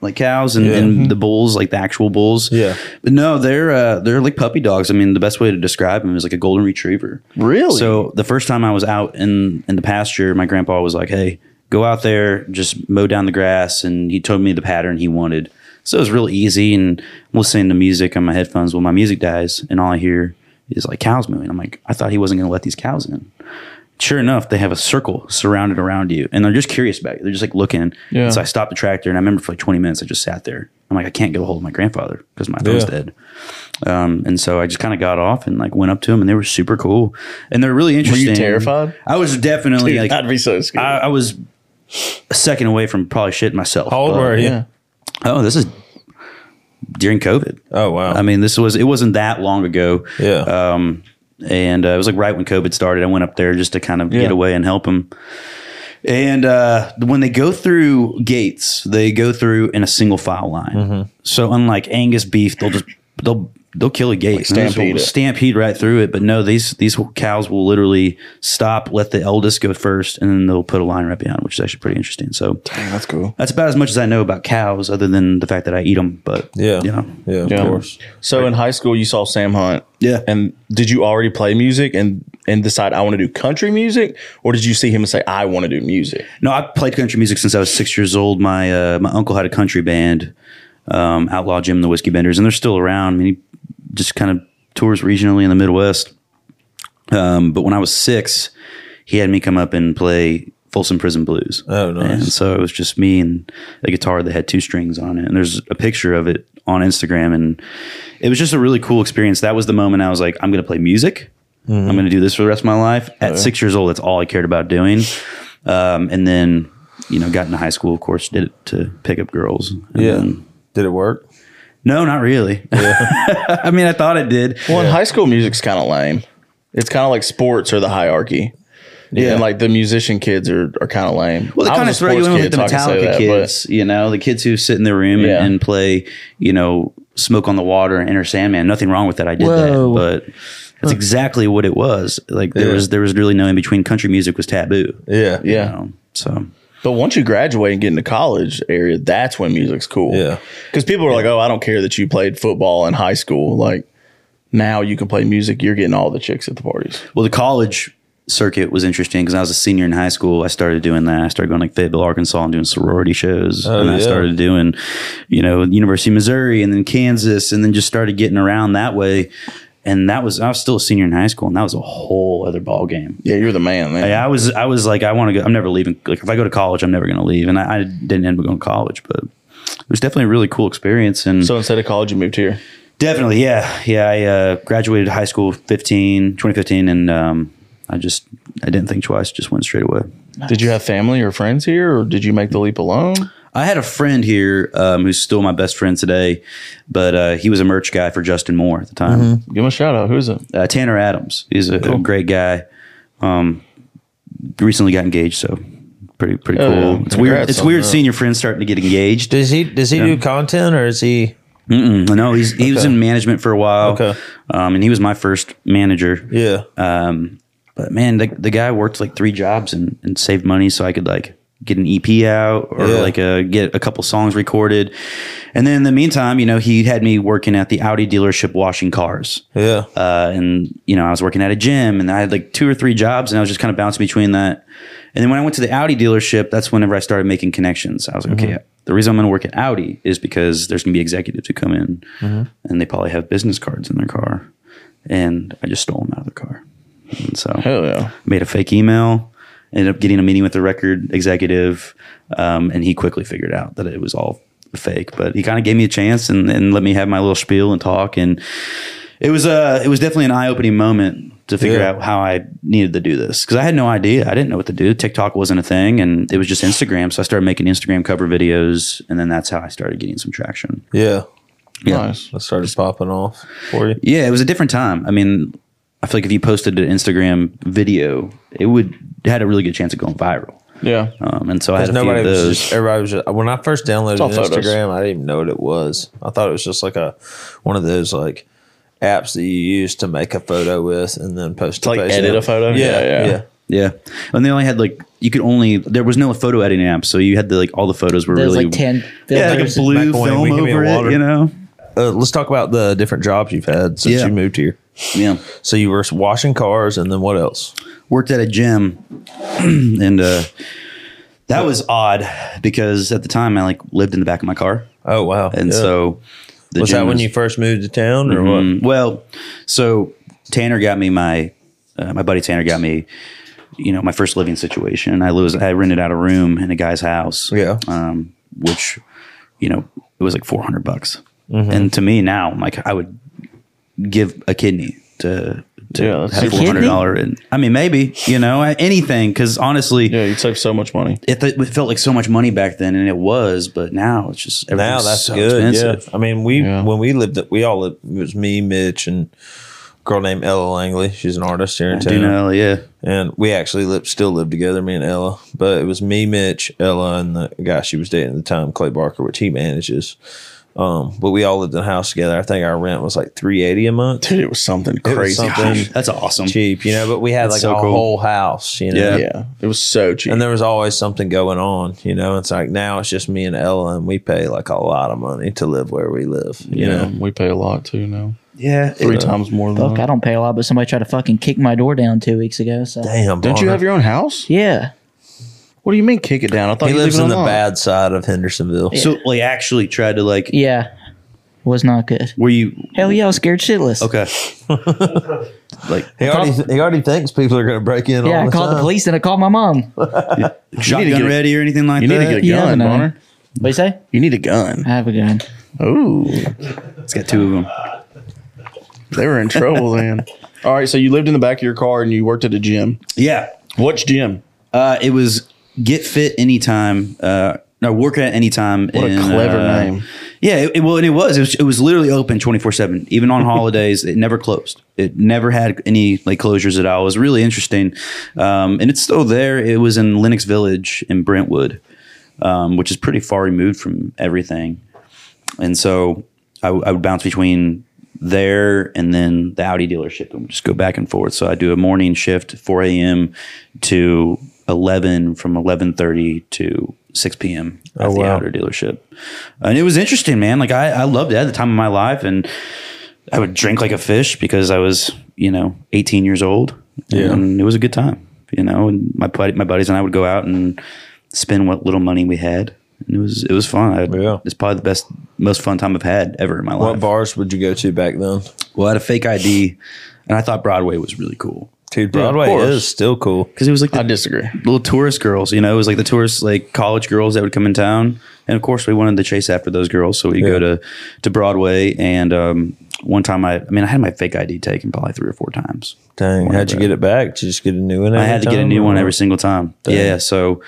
Like cows and, Yeah. Mm-hmm. and the bulls, like the actual bulls. Yeah. but no, they're uh, they're like puppy dogs. I mean, the best way to describe them is like a golden retriever. Really? So the first time I was out in in the pasture, my grandpa was like, "Hey, go out there, just mow down the grass," and he told me the pattern he wanted. So it was real easy, and I'm listening to music on my headphones. Well, my music dies, and all I hear is like cows mooing. I'm like, I thought he wasn't going to let these cows in. Sure enough, they have a circle surrounded around you, and they're just curious about you. They're just like looking. Yeah. So I stopped the tractor, and I remember for like 20 minutes, I just sat there. I'm like, I can't get a hold of my grandfather because my phone's Yeah. dead. Um, and so I just kind of got off and like went up to them, and they were super cool, and they're really interesting. terrified? I was definitely Dude, like, I'd I, be so scared. I was a second away from probably shitting myself. How old but- were you? yeah. Oh, this is during COVID. Oh wow. I mean, this was it wasn't that long ago. yeah. Um, and uh, it was like right when COVID started. I went up there just to kind of Yeah. get away and help them. And uh, when they go through gates, they go through in a single file line. Mm-hmm. So unlike Angus beef, they'll just they'll they'll kill a gate, and they'll just stampede it. stampede right through it. But no, these these cows will literally stop, let the eldest go first, and then they'll put a line right behind, which is actually pretty interesting. So That's cool. that's about as much as I know about cows, other than the fact that I eat them. But yeah. you know, Yeah. Of Yeah. course. So in high school, you saw Sam Hunt. Yeah. And did you already play music? And and decide I want to do country music, or did you see him and say I want to do music? No, I played country music since I was six years old. My uh, my uncle had a country band, um, Outlaw Jim and the Whiskey Benders, and they're still around. I mean, he just kind of tours regionally in the Midwest. Um, but when I was six, he had me come up and play Folsom Prison Blues. Oh, nice. And so it was just me and a guitar that had two strings on it. And there's a picture of it on Instagram, and it was just a really cool experience. That was the moment I was like, I'm going to play music. Mm-hmm. I'm going to do this for the rest of my life. At six years old, that's all I cared about doing. Um, and then, you know, got into high school, of course, did it to pick up girls. And Yeah. then- Did it work? no, not really. [laughs] I mean, I thought [laughs] it did. Well, in high school music's kind of lame. It's kind of like sports or the hierarchy. Yeah, and like the musician kids are, are kind of lame. Well, they I kind of was a throw you in sports with kid, the so I can Metallica say that, but- kids, you know, the kids who sit in their room Yeah. and, and play, you know, Smoke on the Water and Inner Sandman. Nothing wrong with that. I did Whoa. that, but that's exactly what it was. Like there Yeah. was there was really no in between. Country music was taboo. you Yeah. Yeah. know, so But once you graduate and get into college area, that's when music's cool. Yeah. Because people are like, oh, I don't care that you played football in high school. Like now you can play music. You're getting all the chicks at the parties. Well, the college circuit was interesting because I was a senior in high school. I started doing that. I started going like Fayetteville, Arkansas, and doing sorority shows, and I yeah. started doing, you know, University of Missouri, and then Kansas, and then just started getting around that way. And that was I was still a senior in high school, and that was a whole other ball game. Yeah, you're the man, man. I was I was like I want to go. I'm never leaving. Like if I go to college, I'm never going to leave. And I, I didn't end up going to college, but it was definitely a really cool experience. And So instead of college, you moved here. Definitely, yeah, yeah. I uh, graduated high school 15, 2015, and um, I just I didn't think twice. Just went straight away. Did you have family or friends here, or did you make the leap alone? I had a friend here um, who's still my best friend today, but uh, he was a merch guy for Justin Moore at the time. Give him a shout out. Who is it? Uh, Tanner Adams, he's a, a great guy. Um, recently got engaged, so pretty pretty Oh, cool. yeah. It's weird. Congrats It's on weird that. seeing your friends starting to get engaged. Does he does he do content or is he Mm-mm. No, he's he was in management for a while, Okay. um, and he was my first manager. Yeah. Um, but man, the, the guy worked like three jobs and, and saved money so I could like get an EP out or Yeah. like uh get a couple songs recorded. And then in the meantime, you know, he had me working at the Audi dealership washing cars. yeah. Uh, and you know, I was working at a gym and I had like two or three jobs and I was just kind of bouncing between that. And then when I went to the Audi dealership, that's whenever I started making connections. I was like, okay, the reason I'm going to work at Audi is because there's going to be executives who come in and they probably have business cards in their car. And I just stole them out of their car. And so Hell yeah. made a fake email, ended up getting a meeting with the record executive, um, and he quickly figured out that it was all fake. But he kind of gave me a chance and, and let me have my little spiel and talk, and it was uh, it was definitely an eye opening moment to figure Yeah. out how I needed to do this because I had no idea. I didn't know what to do. TikTok wasn't a thing, and it was just Instagram. So I started making Instagram cover videos, and then that's how I started getting some traction. Yeah. Nice. That started popping off for you. Yeah, it was a different time. I mean, I feel like if you posted an Instagram video, it would it had a really good chance of going viral. Yeah. Um, and so I had a few Nobody of was those. just, everybody was just, when I first downloaded all photos. Instagram, I didn't even know what it was. I thought it was just like a one of those like apps that you use to make a photo with and then post to like Facebook. edit a photo? Yeah, Yeah, yeah. yeah. yeah, and they only had like you could only there was no photo editing app, so you had the like all the photos were There's really like 10 yeah, like a filters. blue Back when film we could be in over water. it, you know. Uh, let's talk about the different jobs you've had since Yeah. you moved here. Yeah, So you were washing cars and then what else? worked at a gym, [clears throat] and uh, that was odd because at the time I like lived in the back of my car, Oh wow. and Yeah. so the was gym that when was- you first moved to town or what? Mm, well, so Tanner got me my uh, my buddy Tanner got me you know my first living situation. I was I rented out a room in a guy's house. Yeah. Um, which you know it was like four hundred bucks, Mm-hmm. and to me now like I would give a kidney to. To Yeah, that's have super- four hundred dollar, and I mean maybe you know anything because honestly, Yeah, you'd save so much money. it, it felt like so much money back then, and it was, but now it's just now everything's that's so good. expensive. Yeah, I mean, we Yeah. when we lived, we all lived, it was me, Mitch, and a girl named Ella Langley. She's an artist here in Do town, you know? Yeah, and we actually lived, still lived together, me and Ella. But it was me, Mitch, Ella, and the guy she was dating at the time, Clay Barker, which he manages. Um, but we all lived in a house together. I think our rent was like three eighty a month. Dude, it was something was crazy. something- Gosh, that's awesome. Cheap, you know, but we had like so a cool. whole house, you know. Yeah. Yeah. It was so cheap. And there was always something going on, you know. It's like now it's just me and Ella, and we pay like a lot of money to live where we live, you know. we pay a lot too now. Yeah. it- Three times more than Fuck, that. I don't pay a lot, but somebody tried to fucking kick my door down two weeks ago. So Damn. Don't you Bonner. have your own house? yeah, What do you mean kick it down? I thought He you lives lived in the unlocked. bad side of Hendersonville. So like actually tried to like yeah, was not good. were you Hell yeah, I was scared shitless. [laughs] okay. like He already, he already thinks people are going to break in. Yeah, all I the called the time. police and I called my mom. What shotgun get a- ready or anything like You need that? to get a You never gun, know. Bonner. do you say? You need a gun. I have a gun. Ooh, it's got two of them. they were in trouble then. All right, so you lived in the back of your car and you worked at a gym. Yeah. What's gym? Uh, it was get fit anytime. Uh, no, work at any time. What a clever uh, name. Yeah, it, it- well, and it was. It was, it was literally open twenty four seven. [laughs] Even on holidays, it never closed. It never had any like closures at all. It was really interesting, um, and it's still there. It was in Lenox Village in Brentwood, um, which is pretty far removed from everything. And so I, w- I would bounce between there and then the Audi dealership and just go back and forth. So I do a morning shift, 4 a.m. to 11 from 11:30 to 6 p.m. at the wow. Audi dealership. And it was interesting, man. Like I, I loved it at the time of my life and I would drink like a fish because I was, you know, 18 years old. Yeah. And it was a good time, you know, and my, buddy, my buddies and I would go out and spend what little money we had. And it was, it was fun. I, Yeah. It's probably the best, most fun time I've had ever in my What life. bars would you go to back then? Well, I had a fake ID and I thought Broadway was really cool. Dude, Broadway course. is still cool. Cause it was like I the disagree. little tourist girls, you know, it was like the tourist, like college girls that would come in town. And of course we wanted to chase after those girls. So we Yeah. go to, to Broadway. And, um, one time I, I mean, I had my fake ID taken probably three or four times. Dang, how'd you Whatever. get it back? Did you just get a new one? I had to every get a time, new or one what? every single time. Yeah. So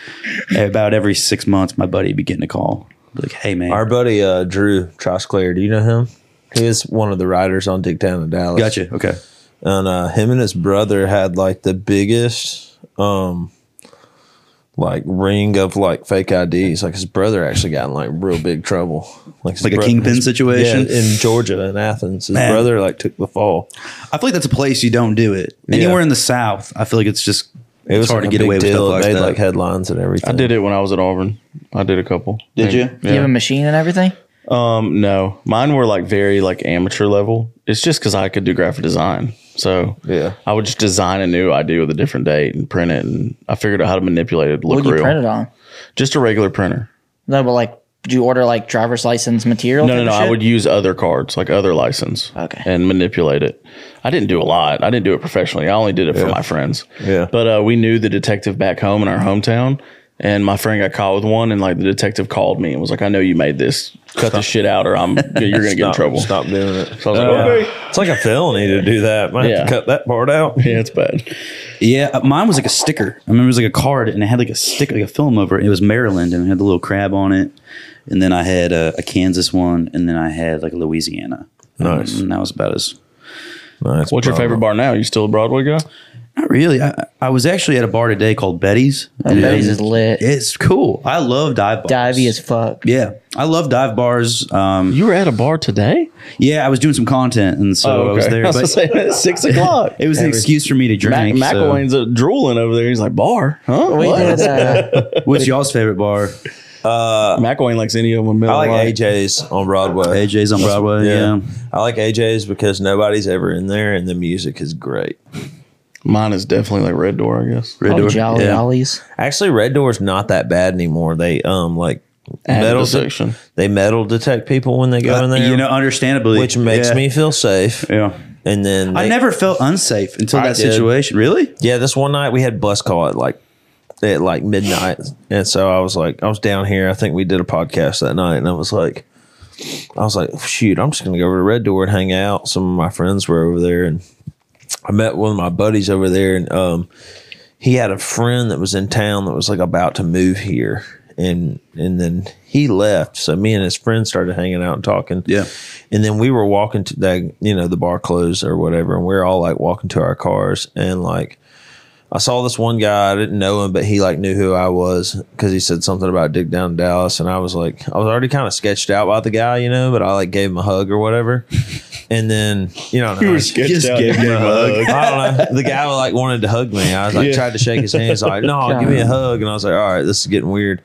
about every six months, my buddy would be getting a call. Be like, hey, man. Our buddy uh, Drew Trosclair, do you know him? He is one of the writers on Dicktown in Dallas. gotcha. Okay. and uh, him and his brother had like the biggest um like ring of like fake IDs. Like his brother actually got in like real big trouble, like his Like a bro- kingpin yeah, situation. in Georgia in Athens. His Man. brother like took the fall. I feel like that's a place you don't do it. Anywhere in the South, I feel like it's just It was it's hard like, to a get away big with deal. It stuff like made that. like headlines and everything. I did it when I was at Auburn. I did a couple. Did you? You have a machine and everything. Um, no, mine were like very like amateur level. It's just because I could do graphic design, so Yeah. I would just design a new ID with a different date and print it, and I figured out how to manipulate it, to What look do you real. print it on? Just a regular printer. No, but like, do you order like driver's license material? No, type no, of no. I shit? would use other cards, like other license, Okay. and manipulate it. I didn't do a lot. I didn't do it professionally. I only did it for my friends. Yeah. But uh, we knew the detective back home in our hometown, and my friend got caught with one, and like the detective called me and was like, "I know you made this. Cut this shit out, or I'm you're gonna get in Stop- trouble." Stop doing it. So I was like, "Okay." It's like a felony to do that. Might Yeah. have to cut that part [laughs] out. Yeah, it's bad. Yeah, uh, mine was like a sticker. I remember it was like a card, and it had like a stick, like a film over it. It was Maryland, and it had the little crab on it. And then I had a, a Kansas one, and then I had like Louisiana. Nice. And that was about as Nice, What's your bro. favorite bar now? You still a Broadway guy? Not really. I, I was actually at a bar today called Betty's. And Betty's it- is lit. It's cool. I love dive bars. divey as fuck. Yeah, I love dive bars. Um, You were at a bar today? yeah, I was doing some content, and so Oh, I was [laughs] there. Oh, [laughs] I was but saying, it's six o'clock. it was an excuse for me to Mac- drink. so- McElwain's uh, drooling over there. He's like, bar? Huh? We What? [laughs] did, uh, What's y'all's favorite bar? McElwain likes any of them. I like AJ's on Broadway. AJ's on Broadway. Yeah. I like AJ's because nobody's ever in there and the music is great. Mine is definitely like Red Door, I guess. Red oh, Door, Jolly yeah. Ollies. Actually, Red Door's not that bad anymore. They um like Added metal a section. They metal detect people when they go in Uh, there, you know, understandably, which makes Yeah. me feel safe. Yeah. And then I they- never felt unsafe until I that did. situation. Really? yeah, this one night we had bus call at like at like midnight, and so I was like, I was down here. I think we did a podcast that night, and I was like, I was like, shoot, I'm just gonna go over to Red Door and hang out. Some of my friends were over there, and I met one of my buddies over there, and um, he had a friend that was in town that was like about to move here, and and then he left. So me and his friend started hanging out and talking. Yeah. And then we were walking to that, you know, the bar closed or whatever, and we were all like walking to our cars, and like. I saw this one guy. I didn't know him, but he like knew who I was because he said something about Dick Down in Dallas, and I was like, I was already kind of sketched out by the guy, you know, but I like gave him a hug or whatever, [laughs] and then you know, you Just give me [laughs] a hug. I don't know. [laughs] The guy like wanted to hug me. I was like, tried to shake his hand. He's like, no, give me a hug. And I was like, all right, this is getting weird.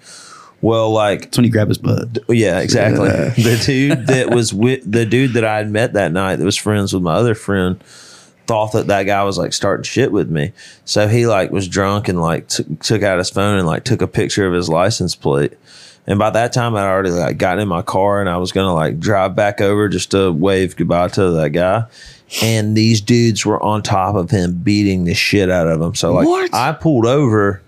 Well, like That's when you grab his butt. Yeah, exactly. the dude that was with the dude that I had met that night that was friends with my other friend thought that that guy was like starting shit with me. So he like was drunk and like t- took out his phone and like took a picture of his license plate. And by that time, I'd already like gotten in my car and I was gonna like drive back over just to wave goodbye to that guy. And these dudes were on top of him, beating the shit out of him. So like, I pulled over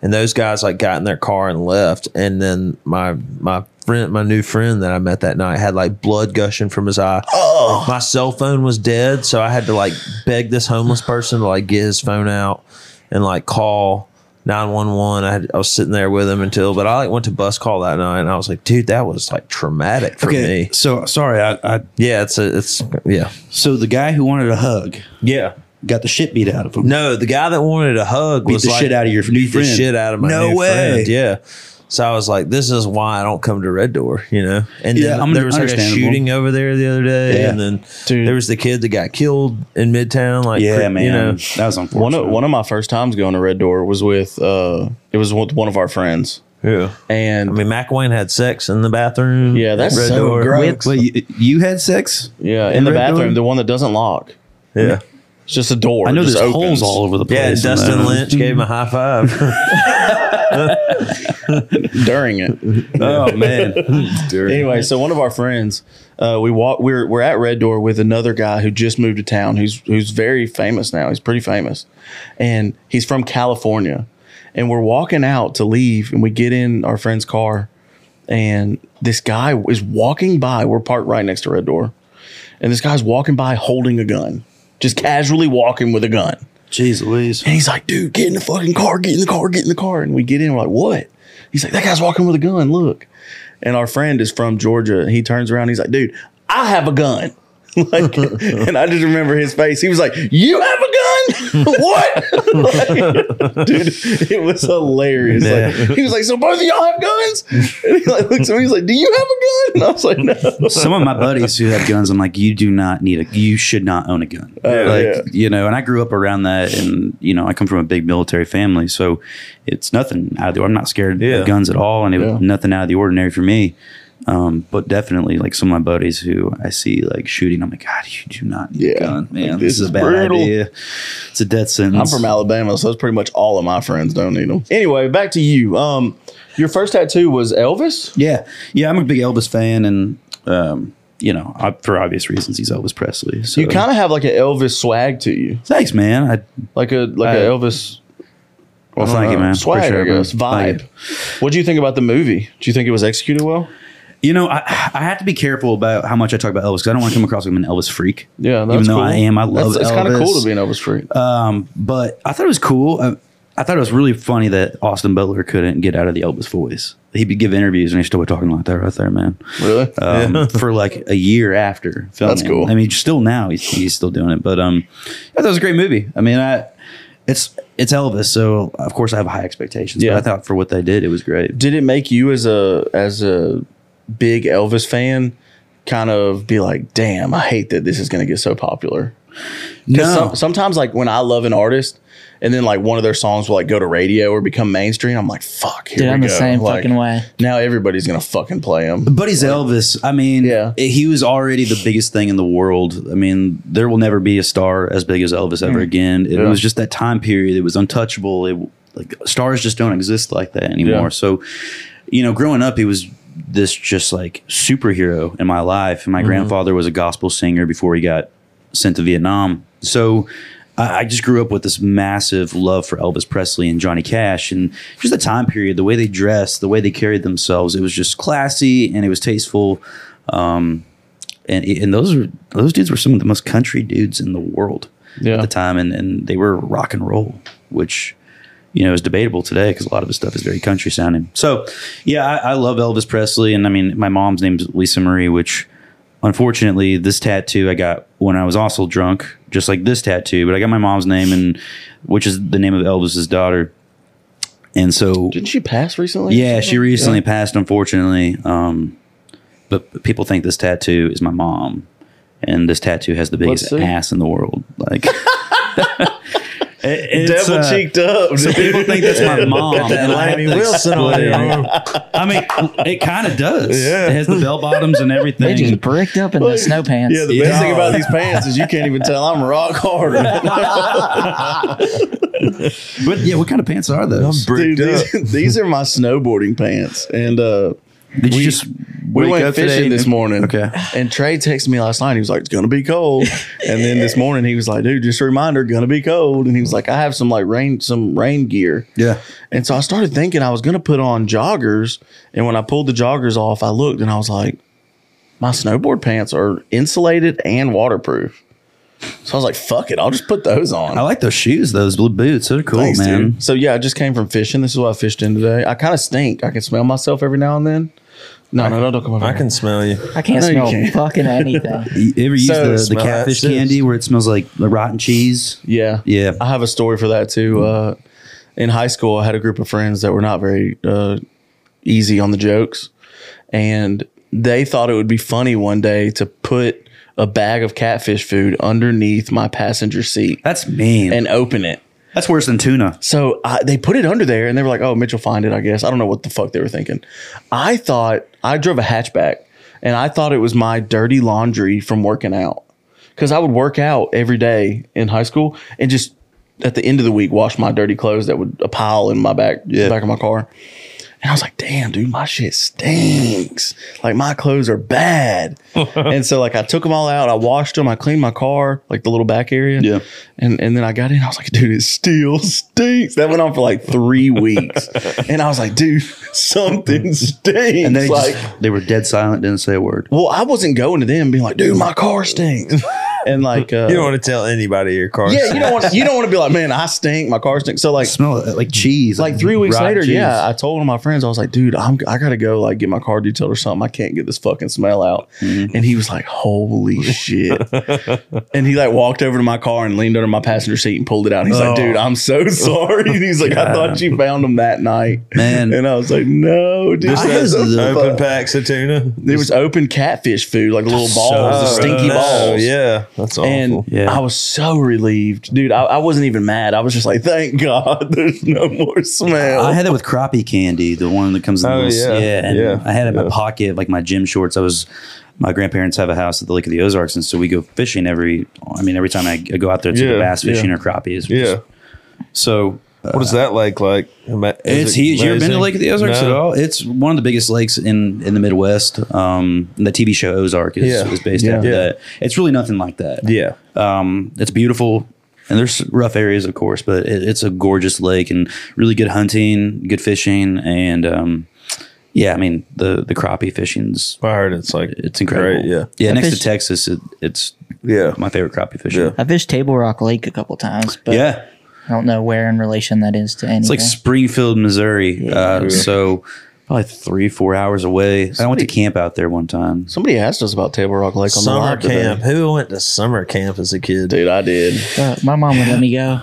and those guys like got in their car and left and then my my friend my new friend that i met that night had like blood gushing from his eye oh. my cell phone was dead so i had to like beg this homeless person to like get his phone out and like call 911 i, had, I was sitting there with him until but i like went to bus call that night and i was like dude that was like traumatic for me So sorry, I, I yeah it's a, it's yeah so the guy who wanted a hug yeah got the shit beat out of him. No, the guy that wanted a hug Beat was the like, shit out of your new beat friend. The shit out of my No new way. friend. Yeah. So I was like, this is why I don't come to Red Door, you know. And Yeah, then I'm- there was like a understandable. shooting over there the other day, Yeah. and then Dude. there was the kid that got killed in Midtown. Like, Yeah, cr- man, you know, that was unfortunate. One of, one of my first times going to Red Door was with uh, it was with one of our friends, yeah. and I mean, McWayne had sex in the bathroom. Yeah, that's Red so Door. gross. Wait, wait, you, you had sex? yeah, in the Red bathroom, Door? the one that doesn't lock. Yeah, It's just a door. I know It just there's opens. holes all over the place. yeah. in Dustin that. Lynch gave him a high five. during it. [laughs] Oh man, [laughs] anyway, so one of our friends, uh, we walk. We're we're at Red Door with another guy who just moved to town. Who's who's very famous now. He's pretty famous, and he's from California. And we're walking out to leave, and we get in our friend's car, and this guy is walking by. We're parked right next to Red Door, and this guy's walking by holding a gun, just casually walking with a gun. jeez Louise. And he's like, dude, get in the fucking car, get in the car, get in the car. And we get in, we're like, what? He's like, that guy's walking with a gun, look. And our friend is from Georgia. and He turns around, he's like, dude, I have a gun. [laughs] Like, and I just remember his face. He was like, You have a gun? [laughs] what? Like, dude, it was hilarious. Like, he was like, So both of y'all have guns? And he like looks at me, he's like, Do you have a gun? And I was like, No. Some of my buddies who have guns, I'm like, you do not need a, you should not own a gun. like, Oh, yeah. you know, and I grew up around that, and you know, I come from a big military family, so it's nothing out of the. I'm not scared Yeah. of guns at all, and it Yeah. was nothing out of the ordinary for me. Um, but definitely, like some of my buddies who I see like shooting, I'm like, God, you do not need Yeah. a gun, man. Like, this, this is is a bad brutal. idea. It's a death I'm sentence. from Alabama, so that's pretty much all of my friends don't need them. Anyway, back to you. Um, your first tattoo was Elvis? Yeah, yeah, I'm a big Elvis fan, and um, you know, I, for obvious reasons, he's Elvis Presley. So You kind of have like an Elvis swag to you, thanks, man. I, like a like I- a Elvis. Uh, well, I don't thank you, know, man. Swag, Appreciate Uh, I it, bro. guess, Thank vibe. you. What do you think about the movie? Do you think it was executed well? You know, I, I have to be careful about how much I talk about Elvis because I don't want to come across like I'm an Elvis freak. Yeah, that's even though cool. I am, I love That's- It's Elvis. kind of cool to be an Elvis freak. Um, but I thought it was cool. I, I thought it was really funny that Austin Butler couldn't get out of the Elvis voice. He'd be give interviews and he's still talking like that right there, man. really? Um, for like a year after filming. That's cool. I mean, still now he's, he's still doing it. But um, I thought it was a great movie. I mean, I it's it's Elvis, so of course I have high expectations. Yeah. But I thought for what they did, it was great. Did it make you as a as a big Elvis fan kind of be like, damn, I hate that this is going to get so popular? 'Cause some- sometimes, like when I love an artist, and then like one of their songs will like go to radio or become mainstream, I'm like, fuck, here Dude, we I'm the go. same Like, fucking way. Now everybody's gonna fucking play him. But he's Elvis. I mean, Yeah. it- he was already the biggest thing in the world. I mean, there will never be a star as big as Elvis ever again. It, Yeah. was just that time period. It was untouchable. It like stars just don't exist like that anymore. Yeah. So, you know, growing up, he was this just like superhero in my life. And my grandfather was a gospel singer before he got sent to Vietnam. So I, I just grew up with this massive love for Elvis Presley and Johnny Cash and just the time period, the way they dressed, the way they carried themselves. It was just classy and it was tasteful. Um, and, and those were those dudes were some of the most country dudes in the world Yeah. at the time, and, and they were rock and roll, which you know, is debatable today because a lot of his stuff is very country sounding. So, yeah, I, I love Elvis Presley, and I mean, my mom's name's Lisa Marie, which unfortunately, this tattoo I got when I was also drunk, just like this tattoo. But I got my mom's name, and which is the name of Elvis's daughter, and so Didn't she pass recently? yeah, she recently passed, unfortunately. Um, but people think this tattoo is my mom, and this tattoo has the biggest see. [laughs] ass in the world. Like, [laughs] it- it's, Devil uh, cheeked [laughs] up. So people think that's my mom. that and I have [laughs] Laney to Wilson on explain. there. I mean, it kind of does. Yeah. It has the bell bottoms and They just everything. bricked up in the snow pants. Yeah, the best Yeah. thing about these pants is you can't even tell I'm rock [laughs] hard. But yeah, what kind of pants are those? Dude, these, [laughs] these are my snowboarding pants. And uh, Did you we- just we wake went up today fishing and- this morning. Okay. And Trey texted me last night. He was like, it's going to be [laughs] cold. And then this morning he was like, dude, just a reminder, going to be cold. And he was like, I have some like rain, some rain gear. Yeah. And so I started thinking I was going to put on joggers. And when I pulled the joggers off, I looked and I was like, my snowboard pants are insulated and waterproof. So I was like, fuck it. I'll just put those on. I like those shoes, those blue boots. Those are cool, Thanks, man. dude. So yeah, I just came from fishing. This is what I fished in today. I kind of stink. I can smell myself every now and then. No, no, no, don't come over. I here. can smell you. I can't No, you smell can't. fucking anything. You ever use So- the, the Smell that catfish shit. candy where it smells like the rotten cheese? Yeah, Yeah. I have a story for that too. Uh, in high school, I had a group of friends that were not very uh, easy on the jokes, and they thought it would be funny one day to put a bag of catfish food underneath my passenger seat That's mean. and open it. That's worse than tuna. So I, they put it under there and they were like, oh, Mitch will find it, I guess. I don't know what the fuck they were thinking. I thought I drove a hatchback and I thought it was my dirty laundry from working out because I would work out every day in high school and just at the end of the week wash my dirty clothes that would a pile in my back back of my car. And I was like, damn, dude, my shit stinks. Like my clothes are bad. and so like I took them all out, I washed them, I cleaned my car, like the little back area. Yeah. And and then I got in, I was like, dude, it still stinks. That went on for like three weeks. and I was like, dude, something stinks. And they like just, they were dead silent, didn't say a word. well, I wasn't going to them being like, dude, my car stinks. And like uh, You don't want to tell anybody your car. yeah, [laughs] you don't want you don't want to be like, man, I stink, my car stinks. So like, Smell it like cheese. like three weeks rotten later, cheese. yeah, I told one of my friends, I was like, dude, I'm I gotta go like get my car detailed or something. I can't get this fucking smell out. Mm-hmm. And he was like, [laughs] holy shit. and he like walked over to my car and leaned under my passenger seat and pulled it out. He's like, Oh. dude, I'm [laughs] so sorry. And he's like, I thought you found them that night, Man. And I was like, no, dude. Just I those was- open packs of tuna. it was open catfish food, like the little balls, the Oh, stinky no. balls. Yeah, that's awful. And Yeah. I was so relieved, dude. I, I wasn't even mad. I was just like, "Thank God, [laughs] there's no more smell." I had that with crappie candy, the one that comes in the Oh, little, yeah. yeah. and Yeah. I had it in Yeah. my pocket, like my gym shorts. I was my grandparents have a house at the Lake of the Ozarks, and so we go fishing every. I mean, every time I, I go out there to Yeah, the bass fishing yeah. or crappies. we yeah, just- So what is that lake like? Am I- is It's it huge. You ever been to amazing? Lake of the Ozarks No. at all? It's one of the biggest lakes in in the Midwest. Um, the TV show Ozark is, Yeah. is based Yeah. after Yeah. that. It's really nothing like that. Yeah, Um, it's beautiful. And there's rough areas, of course, but it, it's a gorgeous lake and really good hunting, good fishing, and um, yeah, I mean the the crappie fishing's I heard it's like it's incredible. Great, yeah, yeah. I next fished- to Texas, it, it's yeah. my favorite crappie fishing. Yeah. I Yeah. fished Table Rock Lake a couple times, but I don't know where in relation that is to anything. It's like Springfield, Missouri. Uh, So probably three, four hours away. I went to camp out there one time. Somebody asked us about Table Rock Lake on the Summer live today. camp. Who went to summer camp as a kid? dude. I did. Uh, my mom would let me go.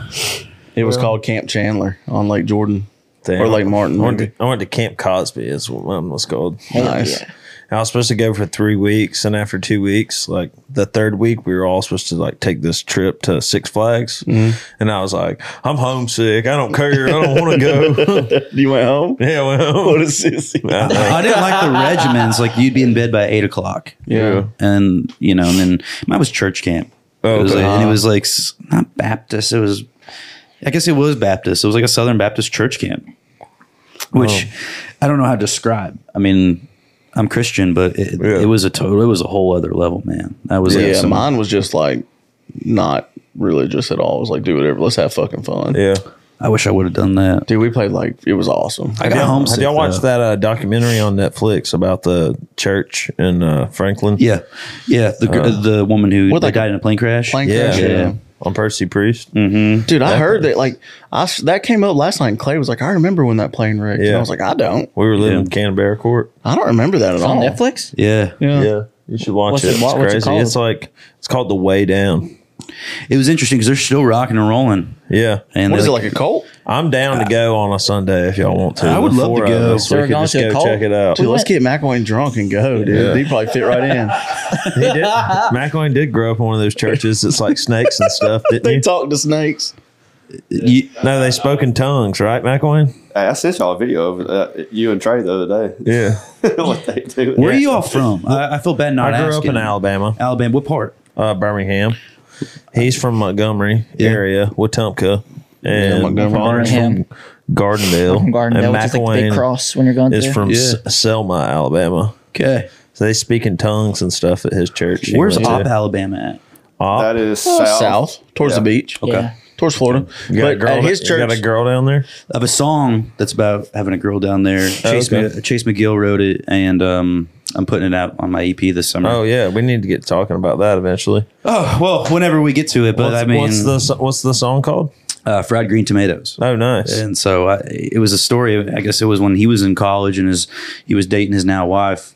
It was called Camp Chandler on Lake Jordan Damn. or Lake Martin. I went, to, maybe. I went to Camp Cosby. Is what mine was called. Nice. I was supposed to go for three weeks, and after two weeks, like the third week, we were all supposed to like take this trip to Six Flags, Mm-hmm. and I was like, "I'm homesick. I don't care. I don't want to [laughs] go." You went home. [laughs] yeah, What a well, sissy. I know. I didn't like the regimens. Like you'd be in bed by eight o'clock. Yeah. and you know, and then mine was church camp. Oh, it was okay. like, and it was like s- not Baptist. It was, I guess it was Baptist. It was like a Southern Baptist church camp, which I don't know how to describe. I mean, I'm Christian, but it, Yeah. it was a total. It was a whole other level, man. That was Yeah, like some, mine was just like not religious at all. It was like, do whatever. Let's have fucking fun. [laughs] yeah. I wish I would have done that. Dude, we played like it was awesome. I got homesick. Have y'all watched though. that uh, documentary on Netflix about the church in uh, Franklin? Yeah, yeah. The gr- the woman who what, they like died in a plane crash. Mm-hmm. Plane yeah, crash, yeah. Mm. yeah. On Percy Priest. Dude, I heard that like I s- that came up last night. And Clay was like, I remember when that plane wrecked. And Yeah. I was like, I don't. We were living in Canterbury Court. I don't remember that at On all. Netflix? Yeah. Yeah. you should watch What's it. it- It's what- what's crazy. it called? it's like it's called The Way Down. it was interesting because they're still rocking and rolling. Yeah, And What they're is it like a cult? I'm down to go on a Sunday if y'all want to. I would The love to four of go. us, So we we're could going just to a go cult? check it out. Dude, let's went- get McElwain drunk and go, dude. He'd probably fit [laughs] right in. He did. [laughs] McElwain did grow up in one of those churches that's like snakes and stuff, didn't they you? talk to snakes. You, No, they spoke in tongues, right, McElwain? Hey, I sent y'all a video of uh, you and Trey the other day. [laughs] Yeah. what they do. where are you all from? I, I feel bad not I grew up asking. in Alabama, Alabama. What part? uh, Birmingham. He's from Montgomery Yeah. area, Wetumpka. And yeah, Montgomery. Birmingham. from Gardendale. Garden and which is like the big McElwain cross when you're going is through. from S- Selma, Alabama. Okay. So they speak in tongues and stuff at his church. he Where's went to. Op, Alabama Op? That is Oh, south, south. towards the Yeah. beach, Yeah. towards Florida. You got, a uh, But girl, at his you got church, a girl down there? at? Of a song that's about having a girl down there. Chase, okay. Ma- Chase McGill wrote it, and um, I'm putting it out on my EP this summer. Oh, yeah. We need to get talking about that eventually. Oh, well, whenever we get to it, but what's, I mean, what's the so- what's the song called? uh, fried green tomatoes. Oh, nice. And so I, it was a story. I guess it was when he was in college and his he was dating his now wife.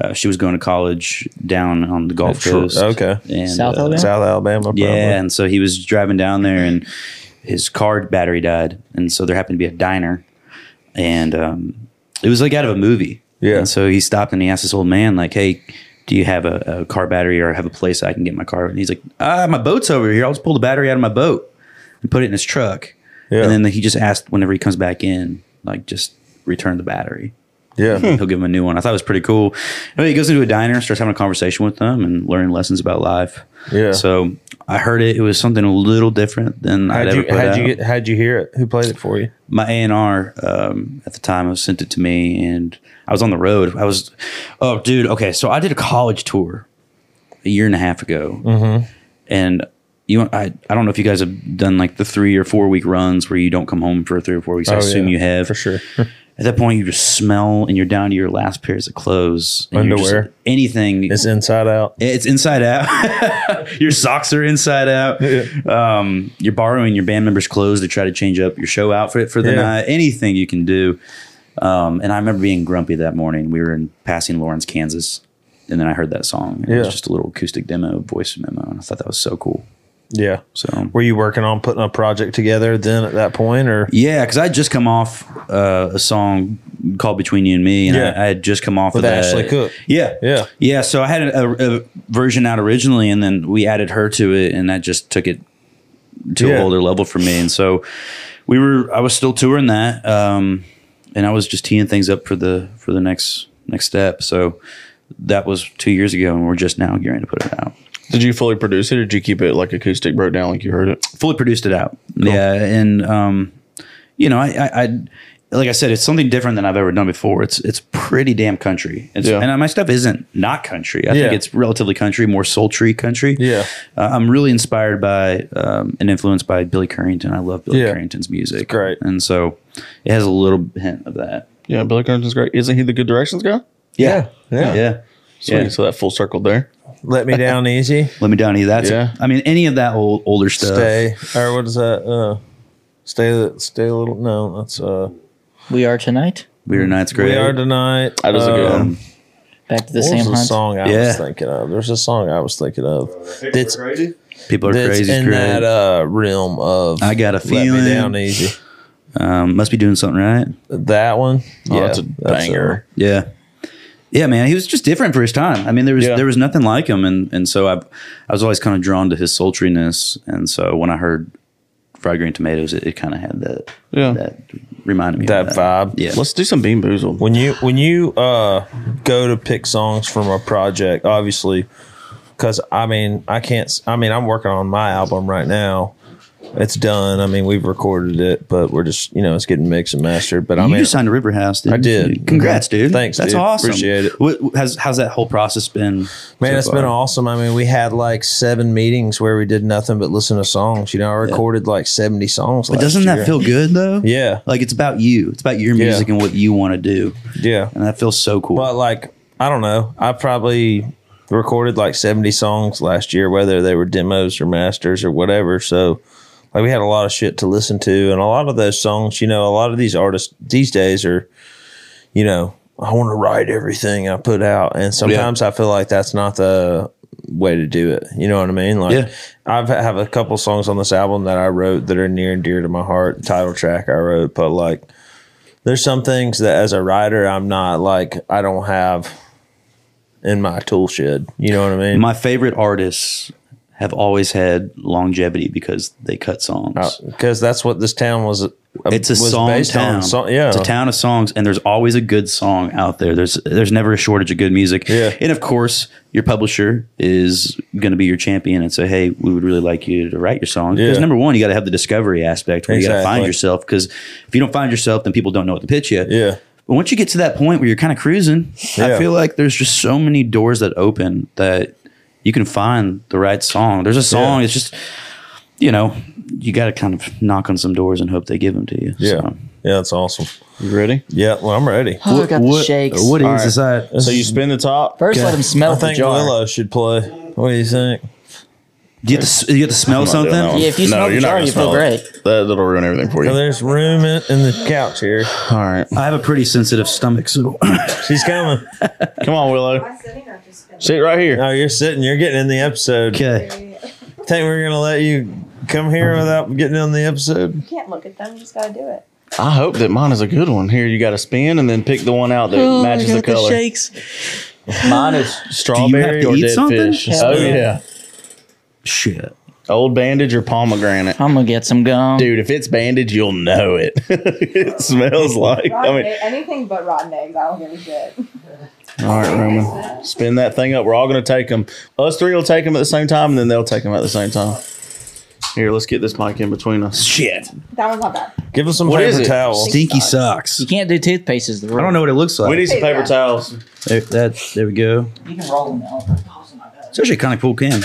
Uh, she was going to college down on the Gulf Sure. Coast. Okay. and, South uh, Alabama? South Alabama. Probably. Yeah, and so he was driving down there, and his car battery died, and so there happened to be a diner, and um, it was like out of a movie. Yeah. And so he stopped and he asked this old man, like, "Hey, do you have a, a car battery or have a place I can get my car?" And he's like, "Ah, my boat's over here. I'll just pull the battery out of my boat and put it in his truck." Yeah. And then he just asked whenever he comes back in, like, just return the battery. [laughs] Yeah. [laughs] He'll give him a new one. I thought it was pretty cool. I mean, he goes into a diner, starts having a conversation with them, and learning lessons about life. Yeah. So I heard it. It was something a little different than I'd How'd ever you, put how'd out. you get? How'd you hear it? Who played it for you? My A and R um, at the time was sent it to me, and I was on the road. I was, oh, dude. Okay, so I did a college tour a year and a half ago, Mm-hmm. and you, I, I don't know if you guys have done like the three or four week runs where you don't come home for three or four weeks. I Oh, assume yeah, you have for sure. At that point, you just smell, and you're down to your last pairs of clothes, and you're just- Underwear. anything. [laughs] It's Inside [laughs] Out. It's inside out. [laughs] your socks are inside out. Um, you're borrowing your band members' clothes to try to change up your show outfit for the Yeah. night. Anything you can do. Um, and I remember being grumpy that morning. We were in passing Lawrence, Kansas, and then I heard that song. It was Yeah. just a little acoustic demo, voice memo, and I thought that was so cool. Yeah. So Were you working on putting a project together then at that point, or yeah, because I had just come off uh, a song called "Between You and Me," and Yeah. I, I had just come off With of that. Ashley Cook. Yeah, Yeah. yeah. So I had a, a, a version out originally, and then we added her to it, and that just took it to a Yeah. whole other level for me. And so we were, I was still touring that, um, and I was just teeing things up for the for the next next step. So that was two years ago, and we're just now gearing to put it out. did you fully produce it, or did you keep it like acoustic, broke down like you heard it? fully produced it out. Yeah, and um, you know, I, I, I, like I said, it's something different than I've ever done before. It's it's pretty damn country. It's, Yeah. And uh, my stuff isn't not country. I Yeah. think it's relatively country, more sultry country. Yeah. uh, I'm really inspired by um, and influenced by Billy Currington. I love Billy Yeah. Currington's music. great. and so it has a little hint of that. Yeah, Billy Currington's great. Isn't he the good directions guy? Yeah, yeah. yeah. yeah. Sweet. So that full circle there. Let Me Down Easy, let me down. That's Yeah. I mean, any of that old older stuff. Stay, or what is that? Uh, stay, stay a little. No, that's uh, we are tonight. Weird Night's great. We Are Tonight. That is a good Um, one. Back to the What same was the hunt. song I Yeah. was thinking of? There's a song I was thinking of that's, crazy. People are that's crazy. in crazy. that uh, realm of I got a Let feeling. Me Down Easy. um, must be doing something right. That one. Oh, that's a banger. Yeah. Yeah, man, he was just different for his time. I mean, there was Yeah. there was nothing like him, and and so I, I was always kind of drawn to his sultriness, and so when I heard fried green tomatoes, it, it kind of had that Yeah. that reminded me That of vibe. Yeah, Let's do some Bean Boozled. when you when you uh go to pick songs from a project obviously because i mean i can't s- i mean i'm working on my album right now it's done i mean we've recorded it but we're just you know it's getting mixed and mastered but i you mean just signed to River House. Didn't I did. you? Congrats, dude. Thanks, That's dude. awesome. Appreciate it. What, has how's that whole process been? Man, so it's far? been awesome. I mean, we had like seven meetings where we did nothing but listen to songs. You know, I recorded like seventy songs. But last doesn't year. that feel good though? Yeah. like it's about you. It's about your music and what you want to do, Yeah, and that feels so cool. But like, I don't know. I probably recorded like 70 songs last year, whether they were demos or masters or whatever. So like we had a lot of shit to listen to and a lot of those songs, you know, a lot of these artists these days are, you know, I want to write everything I put out. And sometimes I feel like that's not the way to do it. You know what I mean? Like Yeah. I've I have a couple songs on this album that I wrote that are near and dear to my heart. title track I wrote, but like there's some things that as a writer I'm not like I don't have in my tool shed. You know what I mean? My favorite artists have always had longevity because they cut songs. because that's what this town was. uh, it's a was song town. on. So- yeah, it's a town of songs, and there's always a good song out there. There's there's never a shortage of good music. Yeah. and of course, your publisher is going to be your champion and say, "Hey, we would really like you to write your song." Because Yeah. number one, you got to have the discovery aspect where you got to find Exactly. yourself. Because if you don't find yourself, then people don't know what to pitch you. Yeah. But once you get to that point where you're kind of cruising, I Yeah. feel like there's just so many doors that open that you can find the right song. There's a song. Yeah. It's just you know you got to kind of knock on some doors and hope they give them to you. Yeah, So. yeah, that's awesome. You ready? Yeah, well, I'm ready. Oh, I got the shakes. What is All right. that? So you spin the top. First, let him smell I the think jar. Willow should play. What do you think? Do you get to, you get to smell not doing that something? one. Yeah, if you No, smell the you're not jar, gonna you feel smell great. it. That, that'll ruin everything for you. Now, Oh, there's room in, in the couch here. All right, I have a pretty sensitive stomach, so [coughs] She's coming. come on, Willow. I sitting or just finished? Sit right here. Oh, you're sitting. You're getting in the episode. okay. Think we're gonna let you come here without getting on the episode? You can't look at them. You just gotta do it. I hope that mine is a good one. Here, you got to spin and then pick the one out that Oh, matches the color. shakes. Mine is strawberry to or eat dead something? fish. Hell Oh yeah. yeah, Shit. old bandage or pomegranate. I'm gonna get some gum. Dude, if it's bandage, you'll know it. [laughs] it smells like. Rotten I mean, egg- anything but rotten eggs. I don't give a shit. All right, Roman. Spin that thing up. We're all going to take them. Us three will take them at the same time, and then they'll take them at the same time. Here, let's get this mic in between us. Shit. That one's not bad. Give us some What is paper it? towels. Stinky socks. You can't do toothpaste is the rule. I don't know what it looks We like. need some paper Yeah. towels. There, that, there we go. You can roll them out. It's actually a kind of cool can.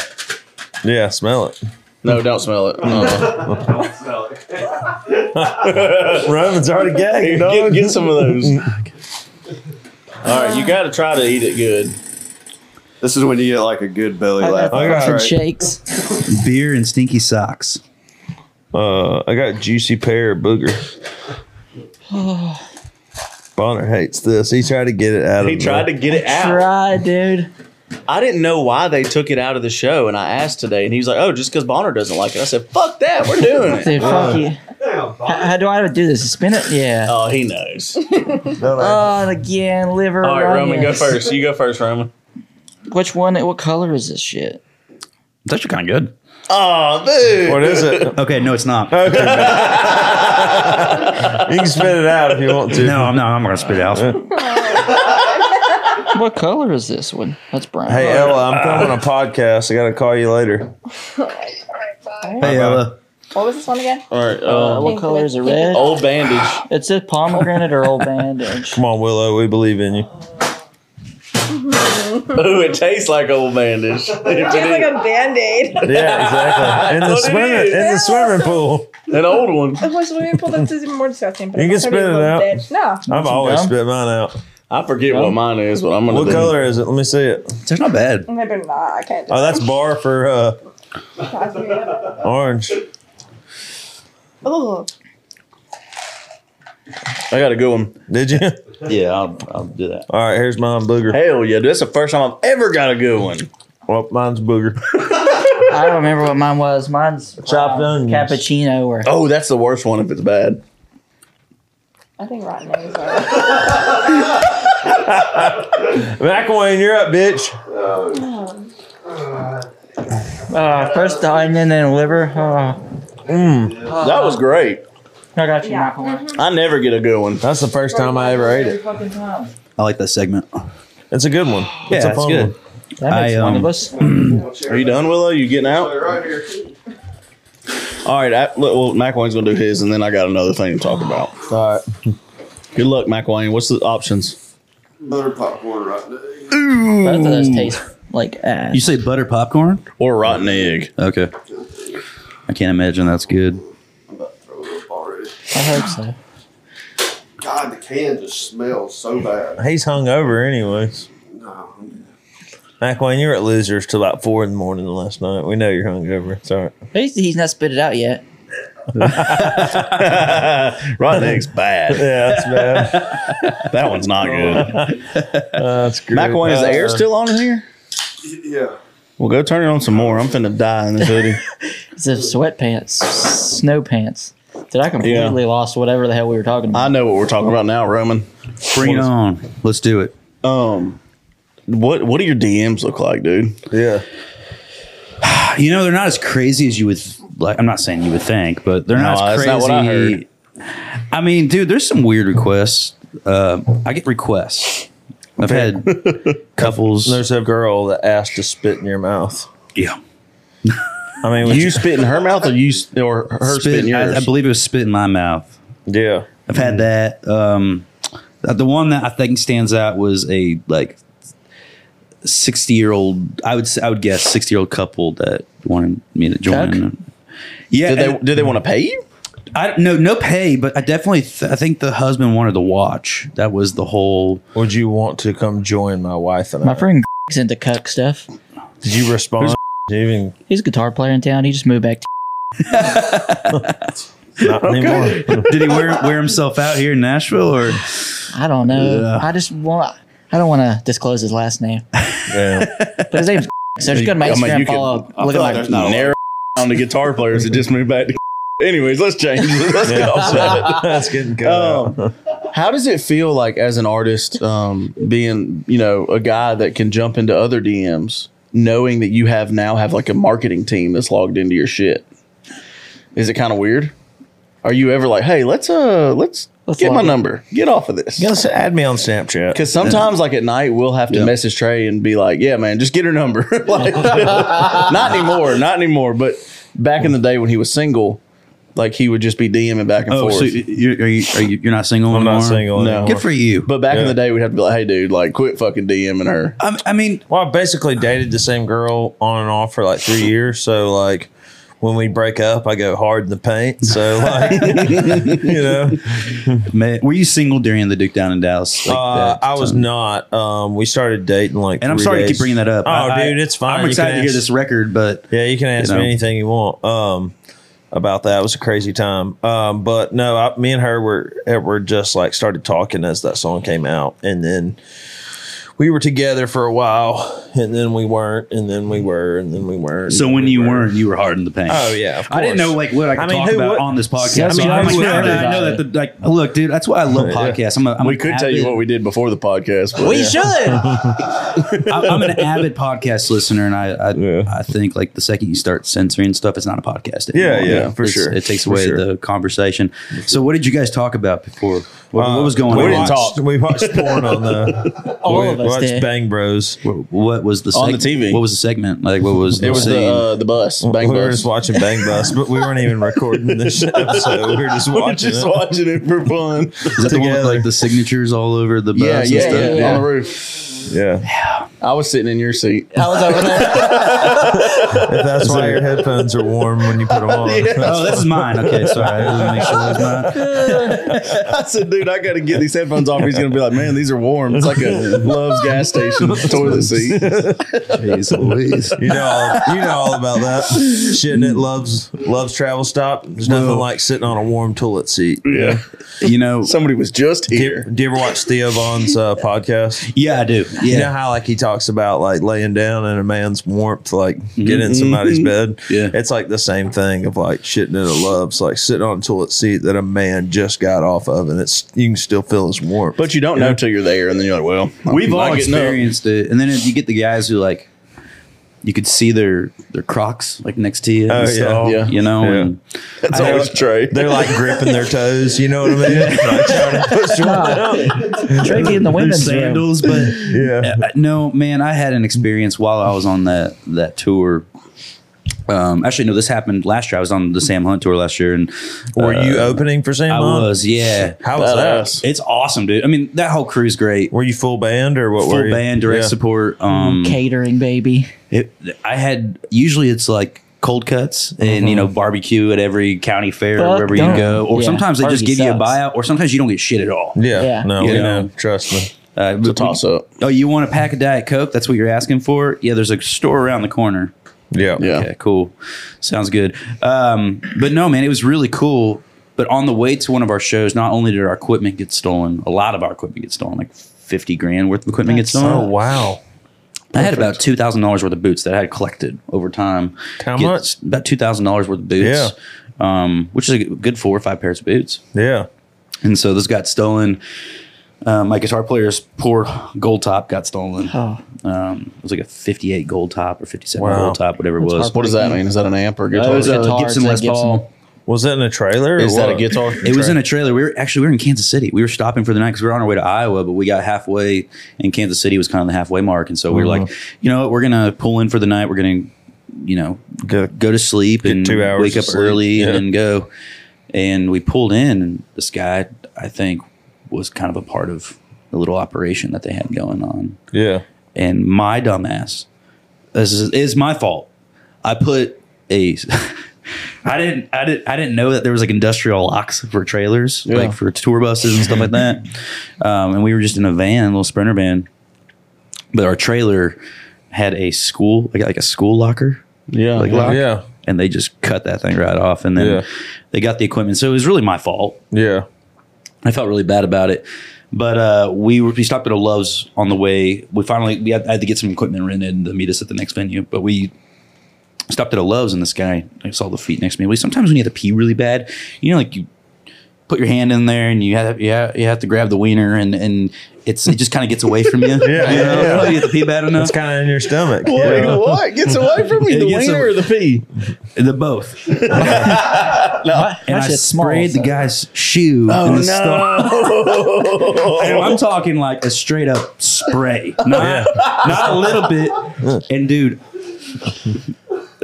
Yeah, smell it. No, don't smell it. Uh-uh. Roman's already Here, gagging. [laughs] get, dog. get some of those. All right, you got to try to eat it good. This is when you get like a good belly laugh. I got- Some shakes. Beer and stinky socks. Uh, I got juicy pear booger. [sighs] Bonner hates this. He tried to get it out of He me. tried to get it out. Try, dude. I didn't know why they took it out of the show, and I asked today, and he was like, "Oh, just because Bonner doesn't like it." I said, "Fuck that, we're doing it." Dude, fuck you. How, how do I do this? Spin it? Yeah. [laughs] Oh, he knows. Oh, and again, liver. All right, Roman, go onions. first. You go first, Roman. Which one? What color is this shit? It's actually kind of good. Oh, dude. What is it? Okay, no, it's not. You can spit it out if you want to. No, I'm not. I'm not gonna spit it out. What color is this one? That's brown. Hey Ella, I'm filming a podcast. I gotta call you later. Hey, Ella. What was this one again? All right. uh, Uh, what color is it? Red. old bandage. It's a pomegranate or old [laughs] bandage. Come on, Willow. We believe in you. [laughs] Ooh, it tastes like old bandage. It tastes like a band aid. [laughs] Yeah, exactly. In the That's what it swimming is. in the swimming pool. An old one. What's swimming pool? That's even more disgusting. But You I'm can not spit gonna be a it little out. bitch. No. I've always gum? spit mine out. I forget what mine is, but I'm gonna. What do- color is it? Let me see it. They're not bad. No, they're not. I can't. Oh, that's bar for uh, that's. orange. Oh, I got a good one. Did you? [laughs] Yeah, I'll, I'll do that. All right, here's mine, booger. Hell yeah, dude, that's the first time I've ever got a good one. Well, mine's booger. [laughs] I don't remember what mine was. Mine's uh, Chopped onions. cappuccino or Oh, that's the worst one if it's bad. I think rotten eggs are. McElwain, you're up, bitch. uh, first the onion then liver. Oh, That was great. I got you, Yeah. Michael. I never get a good one. That's the first time I ever ate it. Fucking time. I like that segment. It's a good one. it's a that's fun good. one. That makes I, one um, of us. Are you done, Willow? You getting out? Right here. All right. I, look, well, McWayne's gonna do his, and then I got another thing to talk about. All right. Good luck, McWayne. What's the options? Butter popcorn right Both now. of those taste like ass. You say butter popcorn? Or rotten egg. Okay. I can't imagine that's good. I'm about to throw it up already. I hope so. God, the can just smells so bad. He's hungover, anyways. No, I'm- McElwain, you were at Losers till about four in the morning last night. We know you're hungover. It's all right. He's, he's not spit it out yet. Rotten egg's bad. Yeah, that's [laughs] bad. That one's not good. that's great. McWayne, is the air Uh, still on in here? yeah. Well, go turn it on some more. I'm finna die in this hoodie. It's a sweatpants, snow pants. Did I completely lost whatever the hell we were talking about? I know what we're talking about now, Roman. Bring it on. Let's do it. Um, what what do your DMs look like, dude? Yeah. You know, they're not as crazy as you would. Like, I'm not saying you would think, but they're not No, as that's crazy. not what I heard. I mean, dude, there's some weird requests. Uh, I get requests. I've had couples. There's a girl that asked to spit in your mouth. yeah, I mean, You spit in her mouth or you s- or her spit, in yours? I, I believe it was spit in my mouth. yeah. I've had Mm-hmm. that. Um, the one that I think stands out was a like sixty year old. I would s- I would guess sixty year old couple that wanted me to join. Coke? Yeah, Did they and do they want to pay you? I no no pay, but I definitely th- I think the husband wanted the watch. That was the whole. Would you want to come join my wife and My I? friend [laughs] is into cuck stuff. Did you respond? Did you even He's a guitar player in town. He just moved back. To not [laughs] anymore? Did he wear wear himself out here in Nashville or? I don't know. I just want. I don't want to disclose his last name, yeah. but his name's. [laughs] so just go to my I mean, Instagram, you can- follow. I look feel at my. like there's not a lot. Narrow [laughs] down to guitar players that just moved back. to [laughs] Anyways, let's change. Let's get off that. [laughs] That's getting good. Um, how does it feel like as an artist um, being you know a guy that can jump into other DMs, knowing that you have now have like a marketing team that's logged into your shit? Is it kind of weird? Are you ever like, hey, let's uh, let's, Let's get my log in. number, get off of this? Yes, add me on Snapchat. Because sometimes, like at night, we'll have to message Trey and be like, "Yeah, man, just get her number." [laughs] like, not anymore, not anymore. But back in the day when he was single, like he would just be DMing back and Oh, forth. so you, are you are you you're not single I'm anymore? not single. No. anymore. Good for you. But But back in Yeah. the day, we'd have to be like, "Hey, dude, like, quit fucking DMing her." I, I mean, Well, I basically dated the same girl on and off for like three years. So like when we break up, I go hard in the paint. So like [laughs] you know, man, were you single during the Duke down in Dallas? like uh, that I was time? not. Um, we started dating like. And I'm three sorry to days. keep bringing that up. Oh, I- I- dude, it's fine. I'm You excited can to hear ask- this record, but Yeah, you can ask You know. me anything you want. Um, about that it was a crazy time. Um, but no, I, me and her were eh, were just like started talking as that song came out, and then we were together for a while, and then we weren't, and then we were, and then we weren't. So and when we you weren't, you were hard in the paint. Oh, yeah, of I didn't course. know like what I could I mean, talk who about would- on this podcast. That's So what I'm I'm like, sure I everybody- know that the like look, dude. That's why I [laughs] love podcasts. I'm a, I'm We an could avid, tell you what [laughs] we did before the podcast. But We should. I'm, I'm an avid podcast listener, and I I, Yeah. I think like the second you start censoring stuff, it's not a podcast. Yeah, anymore. yeah, for It's- sure. It takes For away sure. the conversation. So what did you guys talk about before? What, Uh, what was going we on? didn't talk. We watched porn on [laughs] the. All we of us watched did. Bang Bros. What, what was the On the seg- TV. What was the segment like? What was it was the uh, the bus, bang we were bus. just watching Bang Bus, but we weren't even recording this episode. We were [laughs] just We [laughs] were watching. just it. watching it for [laughs] fun. Is that the one with, together. like the signatures all over the bus? yeah, and yeah, stuff? yeah, Yeah. on the roof. yeah, I was sitting in your seat. I was over there. if that's why your headphones are warm when you put [laughs] them on. Oh, this is mine. Okay, sorry. I didn't make sure it was [laughs] mine. I said, "Dude, I got to get these headphones off." He's gonna be like, "Man, these are warm." It's like a Love's gas station toilet seat. [laughs] Jeez Louise. You know, all, you know all about that. Shitting it loves loves travel stop. There's nothing like sitting on a warm toilet seat. Yeah, You know, somebody was just Do you, here. do you ever watch Theo Vaughn's uh, podcast? yeah, I do. Yeah. You know how like he talks about like laying down in a man's warmth, like Mm-hmm. getting in somebody's bed. Yeah. it's like the same thing of like shitting in a love's, like sitting on a toilet seat that a man just got off of, and it's you can still feel his warmth. But you don't know till you're there, and then you're like, "Well, We've I'm not all getting up." experienced it. And then if you get the guys who like, you could see their their Crocs like next to you. and Oh, yeah. stuff, Yeah. You know, Yeah. and That's always Trey. they're like gripping their toes. You know what I [laughs] mean? Like, trying to push them down. Tricky in the their women's room. sandals. [laughs] But Yeah. Uh, no, man, I had an experience while I was on that that tour. Um, actually, no, this happened last year. I was on the Sam Hunt tour last year, and Were you uh, opening for Sam? I Hunt? was, yeah. How was that? Badass. It's awesome, dude. I mean, that whole crew's great. Were you full band or what? were Full you? band, direct Yeah. support. Um, Catering, baby. It, I had usually it's like cold cuts and you Mm-hmm. know barbecue at every county fair Fuck or wherever no. you go, or Yeah, sometimes they just barbecue give you a sucks. buyout, or sometimes you don't get shit at all. Yeah. Yeah. No, You we know. know. Trust me. Uh, we- Toss up. Oh, you want a pack of Diet Coke? That's what you're asking for? Yeah, there's a store around the corner. Yeah. Yeah. Okay, cool. Sounds good. Um, but no, man, it was really cool. But on the way to one of our shows, not only did our equipment get stolen, a lot of our equipment get stolen, like 50 grand worth of equipment get stolen. Oh wow. I had about two thousand dollars worth of boots that I had collected over time. How Get- much? About two thousand dollars worth of boots. Um, which is a good four or five pairs of boots. Yeah. And so those got stolen. Uh, my guitar player's poor gold top got stolen. Oh. Um, it was like a 58 gold top or 57 Wow. gold top, whatever it was. What does that mean? Is that an amp or a Uh, guitar? it was a Guitar, Gibson it's a Les Paul. Was that in a trailer? or is that a what? guitar? It was in a trailer. We were actually we were in Kansas City. We were stopping for the night because we were on our way to Iowa, but we got halfway, and Kansas City was kind of the halfway mark, and so we were Uh-huh. like, you know what, we're gonna pull in for the night. We're gonna, you know, Go- go to sleep and two hours wake of up sleep. early Yeah. and then go. And we pulled in, and this guy, I think, was kind of a part of the little operation that they had going on Yeah. and my dumbass this is it's my fault i put a [laughs] I didn't, I didn't, I didn't know that there was like industrial locks for trailers, like for tour buses and stuff like that. Um, and we were just in a van, a little sprinter van, but our trailer had a school, like, like a school locker, yeah. like yeah. lock, Yeah. and they just cut that thing right off. And then Yeah. they got the equipment. So it was really my fault. Yeah. I felt really bad about it. But uh, we were, we stopped at a Love's on the way. We finally we had, I had to get some equipment rented and to meet us at the next venue. But we stopped at a Love's and this guy I saw the feet next to me. We sometimes when you have to pee really bad, you know, like you put your hand in there and you have you have, you have to grab the wiener and and it's it just kind of gets away from you. [laughs] yeah, you know? you have to pee bad enough. It's kind of in your stomach. Wait, Yeah. what gets away from me? It The gets wiener a- or the pee? [laughs] The both. and my I shit's small, sprayed so- the guy's shoe. Oh in the [laughs] no! I'm talking like a straight up spray, not, not a little bit. And dude,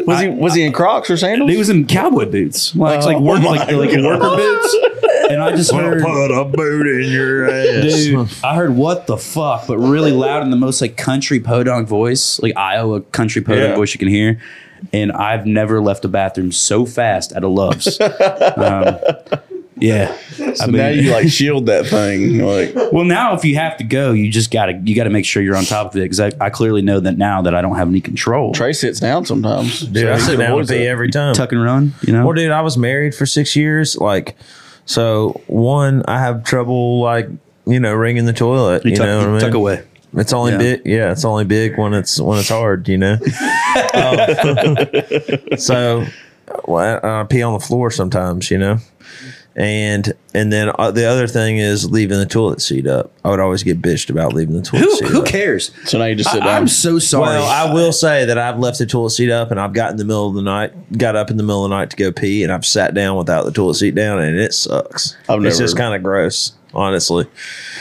Was he was he in Crocs or sandals? he was in cowboy boots, like Oh like work like, like worker boots. And I just heard, a boot in your ass. [laughs] dude, I heard what the fuck, but really loud in the most like country podunk voice, like Iowa country podunk Yeah. voice you can hear. And I've never left the bathroom so fast at [laughs] a Love's. um, yeah. I So now mean- [laughs] you like shield that thing. Like Well, now if you have to go, you just gotta you gotta make sure you're on top of it because I, I clearly know that now that I don't have any [laughs] control. Trey sits down sometimes. Dude, So I he sit down with avoids pee it. every time. Tuck and run, you know. Well, dude, I was married for six years. Like, so one, I have trouble like you know ringing the toilet. You, you tuck, know what I you mean? tuck away. It's only Yeah. big. Yeah, it's only big when it's when it's hard. You [laughs] know. Um, so, well, I, I pee on the floor sometimes. You know. And and then uh, the other thing is leaving the toilet seat up. I would always get bitched about leaving the toilet Who seat who up. cares? So now you just sit I, down. am so sorry. Well, I will say that I've left the toilet seat up and I've got in the middle of the night, got up in the middle of the night to go pee, and I've sat down without the toilet seat down, and it sucks. I've it's never- just kind of gross, honestly.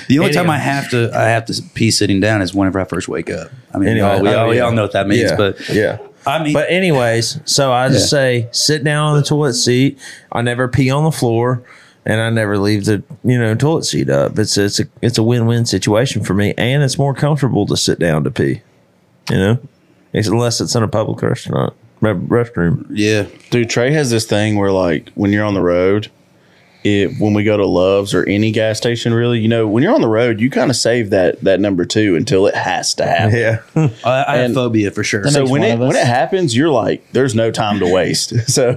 the only time anyway. I have to I have to pee sitting down is whenever I first wake up. I mean, Anyway, all- we, oh, all, we yeah. all know what that means, yeah, but yeah. I mean, But anyways, so I just say sit down on the toilet seat. I never pee on the floor, and I never leave the you know toilet seat up. It's it's a it's a win win situation for me, and it's more comfortable to sit down to pee. You know, It's- unless it's in a public restaurant re- restroom. yeah, Dude, Trey has this thing where like when you're on the road, it when we go to Love's or any gas station really, you know, when you're on the road, you kind of save that that number two until it has to happen. Yeah. I, I have And- phobia for sure. So makes when one it of us. when it happens, you're like, there's no time to waste. [laughs] so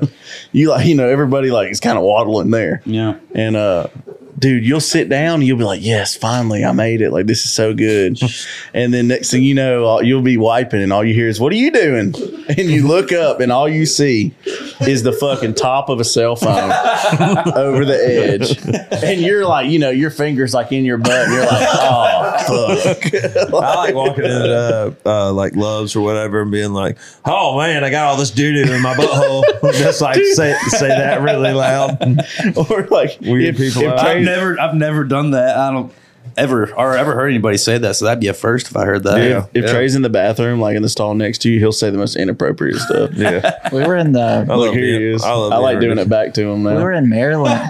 you like you know everybody like is kind of waddling there. yeah, And uh dude, you'll sit down and you'll be like, "Yes, finally I made it. Like this is [laughs] so good." and then next thing you know, all- you'll be wiping and all you hear is, "What are you doing?" [laughs] And you look up and all you see is the fucking top of a cell [laughs] phone over the edge. And you're like, you know, your fingers like in your butt. And you're like, "Oh, [laughs] fuck." [laughs] I like walking in uh, uh, like Loves or whatever and being like, "Oh man, I got all this doo doo in my butthole." [laughs] Just like say say that really [laughs] loud. or like Weird people out. I've Trey- never I've never done that. I don't ever or ever heard anybody say that. So that'd be a first if I heard that. If, if Trey's in the bathroom, like in the stall next to you, he'll say the most inappropriate stuff. Yeah, We were in the. I [laughs] Look, love here he being- is. I, love like being doing it ridiculous. back to him now. We were in Maryland.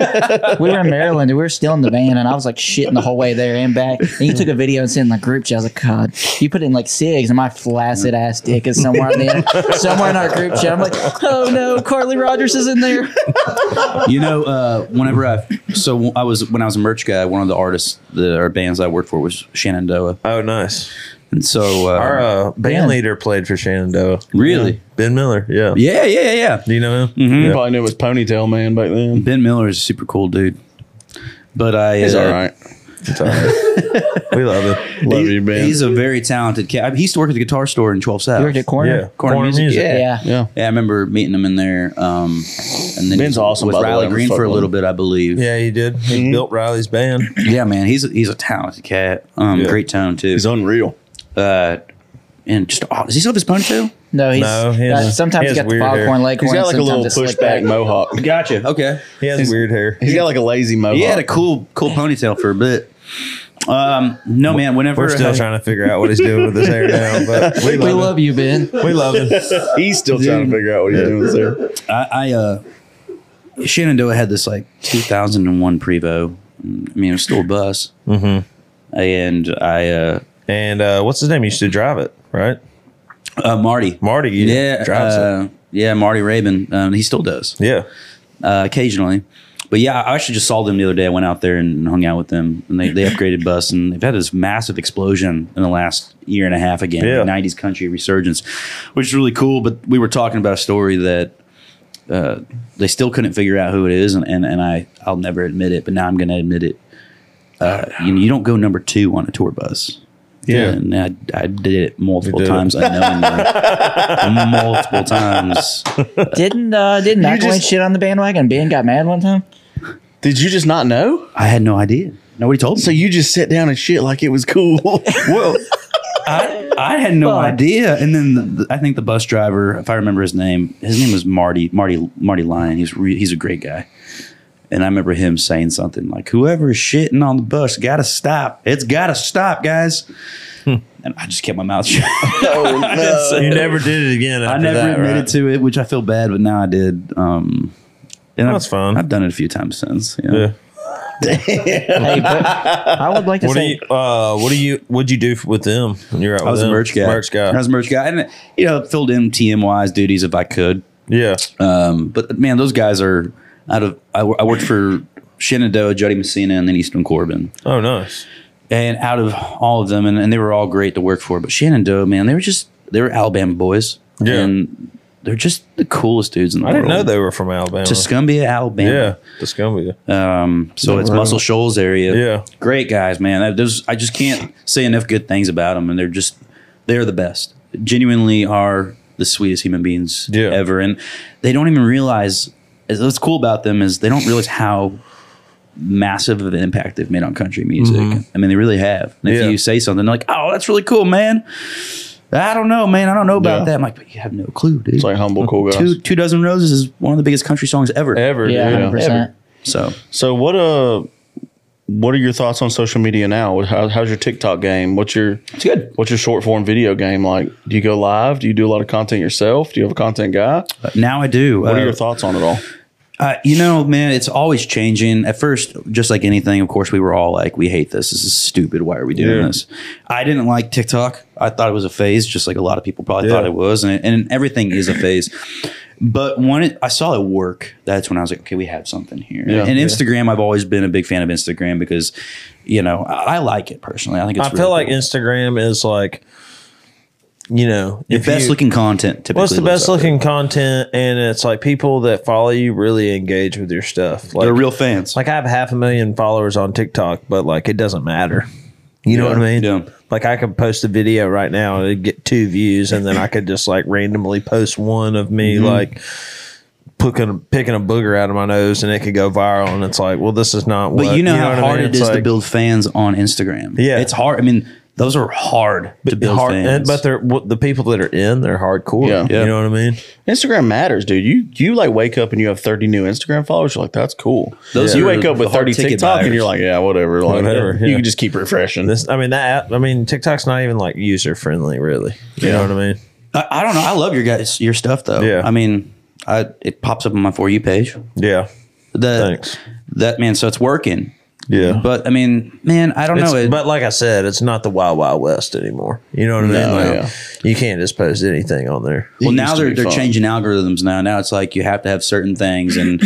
we were in Maryland. and We were still in the van, and I was like shitting the whole way there and back. And you took a video and sent it in the group chat. I was like, God, you put it in like SIGs, and my flaccid ass dick is somewhere in there, somewhere in our group chat. I'm like, oh no, Carly Rogers is in there. you know, uh, whenever I so I was when I was a merch guy, one of the artists the or bands I worked for was Shenandoah, Oh, nice. and so uh, Our uh, band leader played for Shenandoah. Really? Yeah. Ben Miller. Yeah. yeah, Mm-hmm. yeah, yeah, yeah. Do you know him? You probably knew it was Ponytail Man back then. Ben Miller is a super cool dude, but I He's uh, all right. It's all right. we love it. Love He- you, man. He's a very talented kid. I mean, he used to work at the guitar store in 12 South. You worked at Corner? Yeah. Corner, Corner music. Music. Yeah. Yeah. yeah. yeah. I remember meeting him in there. Um, and then Ben's he awesome, With by the way. Riley I'm Green for a fucking little with bit, I believe. Yeah, he did. He Mm-hmm. built Riley's band. Yeah, man. He's a, he's a talented cat. Um, Yeah. great tone too. He's unreal. uh, and just oh, does he still have his ponytail? No, he's No, he has- uh, sometimes he he's has got the weird foghorn hair. leghorn. He's got like a sometimes little it's slick pushback mohawk. Gotcha. Okay. He has weird hair. He's got like a lazy mohawk. He [laughs] had a cool cool ponytail for a bit. Um, no man. Whenever We're still trying to figure out what he's doing with his hair [laughs] now, but we We love, love you, Ben. him. We love him. He's still trying to figure out what he's doing there. I, I uh, Shenandoah had this like 2001 Prevo. I mean, it was still a bus. Mm-hmm. And I, uh, And uh, what's his name? He used to drive it, right? uh Marty, Marty used to yeah, drives it. uh, yeah, Marty Rabin. Um, he still does Yeah. uh, occasionally. But yeah, I actually just saw them the other day. I went out there and hung out with them, and they, they upgraded bus, and they've had this massive explosion in the last year and a half again. Yeah. '90s country resurgence, which is really cool. But we were talking about a story that uh, they still couldn't figure out who it is, and, and, and I I'll never admit it, but now I'm going to admit it. Uh, you know, you don't go number two on a tour bus. Yeah. and I, I did it multiple You did it. times. [laughs] I know multiple times. Didn't uh didn't McElwain just- shit on the bandwagon? Ben got mad one time. Did you just not know? I had no idea. Nobody told me. So you just sat down and shit like it was [laughs] cool. Well, I I had no idea. And then the, the- I think the bus driver, if I remember his name, his name was Marty Marty Marty Lyon. He's re, he's a great guy. And I remember him saying something like, "Whoever is shitting on the bus, gotta stop. It's gotta stop, guys." And I just kept my mouth [laughs] shut. oh, I didn't say You it. never did it again. I After never that, admitted right? to it, which I feel bad, but now I did. Um, and That's I've, fine. I've done it a few times since. you know. Yeah. Hey, but I would like to What do say you? Uh, what do you? What'd you do f- with them when you're out? I with was a them? merch guy. Merch guy. I was a merch guy, and you know, filled in TM wise duties if I could. yeah. Um, but man, those guys are out of. I, wo- I worked for Shenandoah, Jody Messina, and then Easton Corbin, Oh, nice. and out of all of them, and, and they were all great to work for. But Shenandoah, man, they were just they were Alabama boys, Yeah. and they're just the coolest dudes in the I world. didn't know they were from Alabama. Tuscumbia, yeah, Alabama. Tuscumbia. Um, so it's Muscle Shoals area. Yeah. Great guys, man. I, there's, I just can't say enough good things about them, and they're just they're the best. Genuinely, are the sweetest human beings Yeah. ever, and they don't even realize. is- What's cool about them is they don't realize how massive of an impact they've made on country music. Mm-hmm. I mean, they really have. And if Yeah. you say something, they're like, "Oh, that's really cool, man." I don't know, man. I don't know about Yeah. that. I'm like, but you have no clue, dude. It's like humble, cool guys. two, two dozen roses is one of the biggest country songs ever. Ever. yeah, dude. hundred percent. So So what uh what are your thoughts on social media now? How, how's your TikTok game? What's your it's good. what's your short form video game like? Do you go live? Do you do a lot of content yourself? Do you have a content guy? Now I do. What are Uh, your thoughts on it all? Uh, you know, man, it's always changing. At first, just like anything, of course, we were all like, "We hate this. This is stupid. Why are we doing Yeah. this?" I didn't like TikTok. I thought it was a phase, just like a lot of people probably Yeah. thought it was, and, and everything is a phase. But when it, I saw it work, that's when I was like, "Okay, we have something here." Yeah. and Instagram, I've always been a big fan of Instagram because, you know, I, I like it personally. I think it's. I really feel like cool. Instagram is like, you know, the if best you- looking content. Typically, What's the lives best up looking content? And it's like people that follow you really engage with your stuff. there. Like, They're real fans. like I have half a million followers on TikTok, but like it doesn't matter. You know what I mean? Yeah. Like I could post a video right now and it'd get two views, and then I could just like randomly post one of me Mm-hmm. like picking picking a booger out of my nose, and it could go viral. And it's like, well, this is not. But what, you know, what how I mean? hard it It's is to like- build fans on Instagram. Yeah. it's hard. I mean, those are hard to build hard, and- fans. but they're what, the people that are in, they're hardcore. Yeah. You know what I mean? Instagram matters, dude. You you like wake up and you have 30 new Instagram followers. You're like, that's cool. Those you are wake up the with hard 30 ticket TikTok and buyers. you're like, yeah, whatever. Like, Whatever, You yeah. can just keep refreshing. This, I mean, that app, I mean, TikTok's not even like user friendly, really. You know what I mean? I, I don't know. I love your guys, your stuff though. Yeah. I mean, I it pops up on my for you page. Yeah. The, Thanks. That man, so it's working. Yeah. But I mean, man, I don't It's- know. It, but like I said, it's not the Wild Wild West anymore. You know what I mean? No, Like, yeah. You can't just post anything on there. well, used now to they're be they're [laughs] fun. changing algorithms now. Now it's like you have to have certain things and.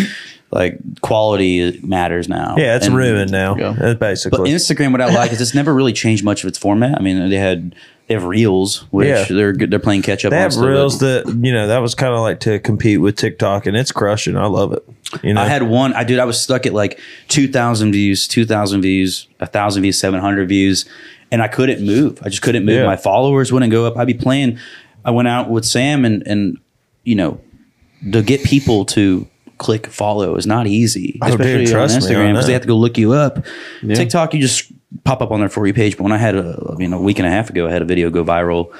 like quality matters now. Yeah, it's And- ruined now. Yeah. uh, But Basically, Instagram, what I like is it's never really changed much of its format. I mean, they had they have reels, which Yeah. they're good. They're playing catch up. they on have stuff, reels but that you know that was kind of like to compete with TikTok, and it's crushing. I love it. You know, I had one. I dude, I was stuck at like two thousand views, two thousand views, thousand views, seven hundred views, and I couldn't move. I just couldn't move. Yeah. My followers wouldn't go up. I'd be playing. I went out with Sam, and and you know, to get people to click follow is not easy, Oh, dude, especially on trust me on Instagram because that. they have to go look you up. TikTok, you just pop up on their for you page. But when I had a you know a week and a half ago, I had a video go viral.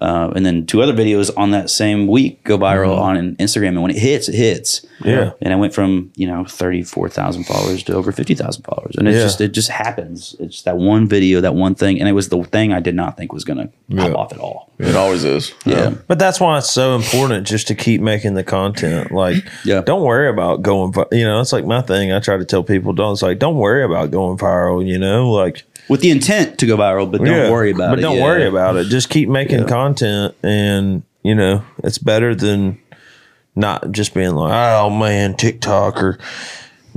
Uh, and then two other videos on that same week go viral on Instagram, and when it hits, it hits. Mm-hmm. Yeah. and I went from you know thirty four thousand followers to over fifty thousand followers, and it's Yeah. just it just happens. It's that one video, that one thing, and it was the thing I did not think was going to pop off at all. It always is. Yeah, But that's why it's so important just to keep making the content. Like, Yeah. don't worry about going. vi- You know, it's like my thing. I try to tell people, don't. It's like, don't worry about going viral. You know, like with the intent to go viral, but don't Yeah, worry about but it. don't yeah. worry about it. Just keep making content, and you know, it's better than not just being like, oh man, TikTok or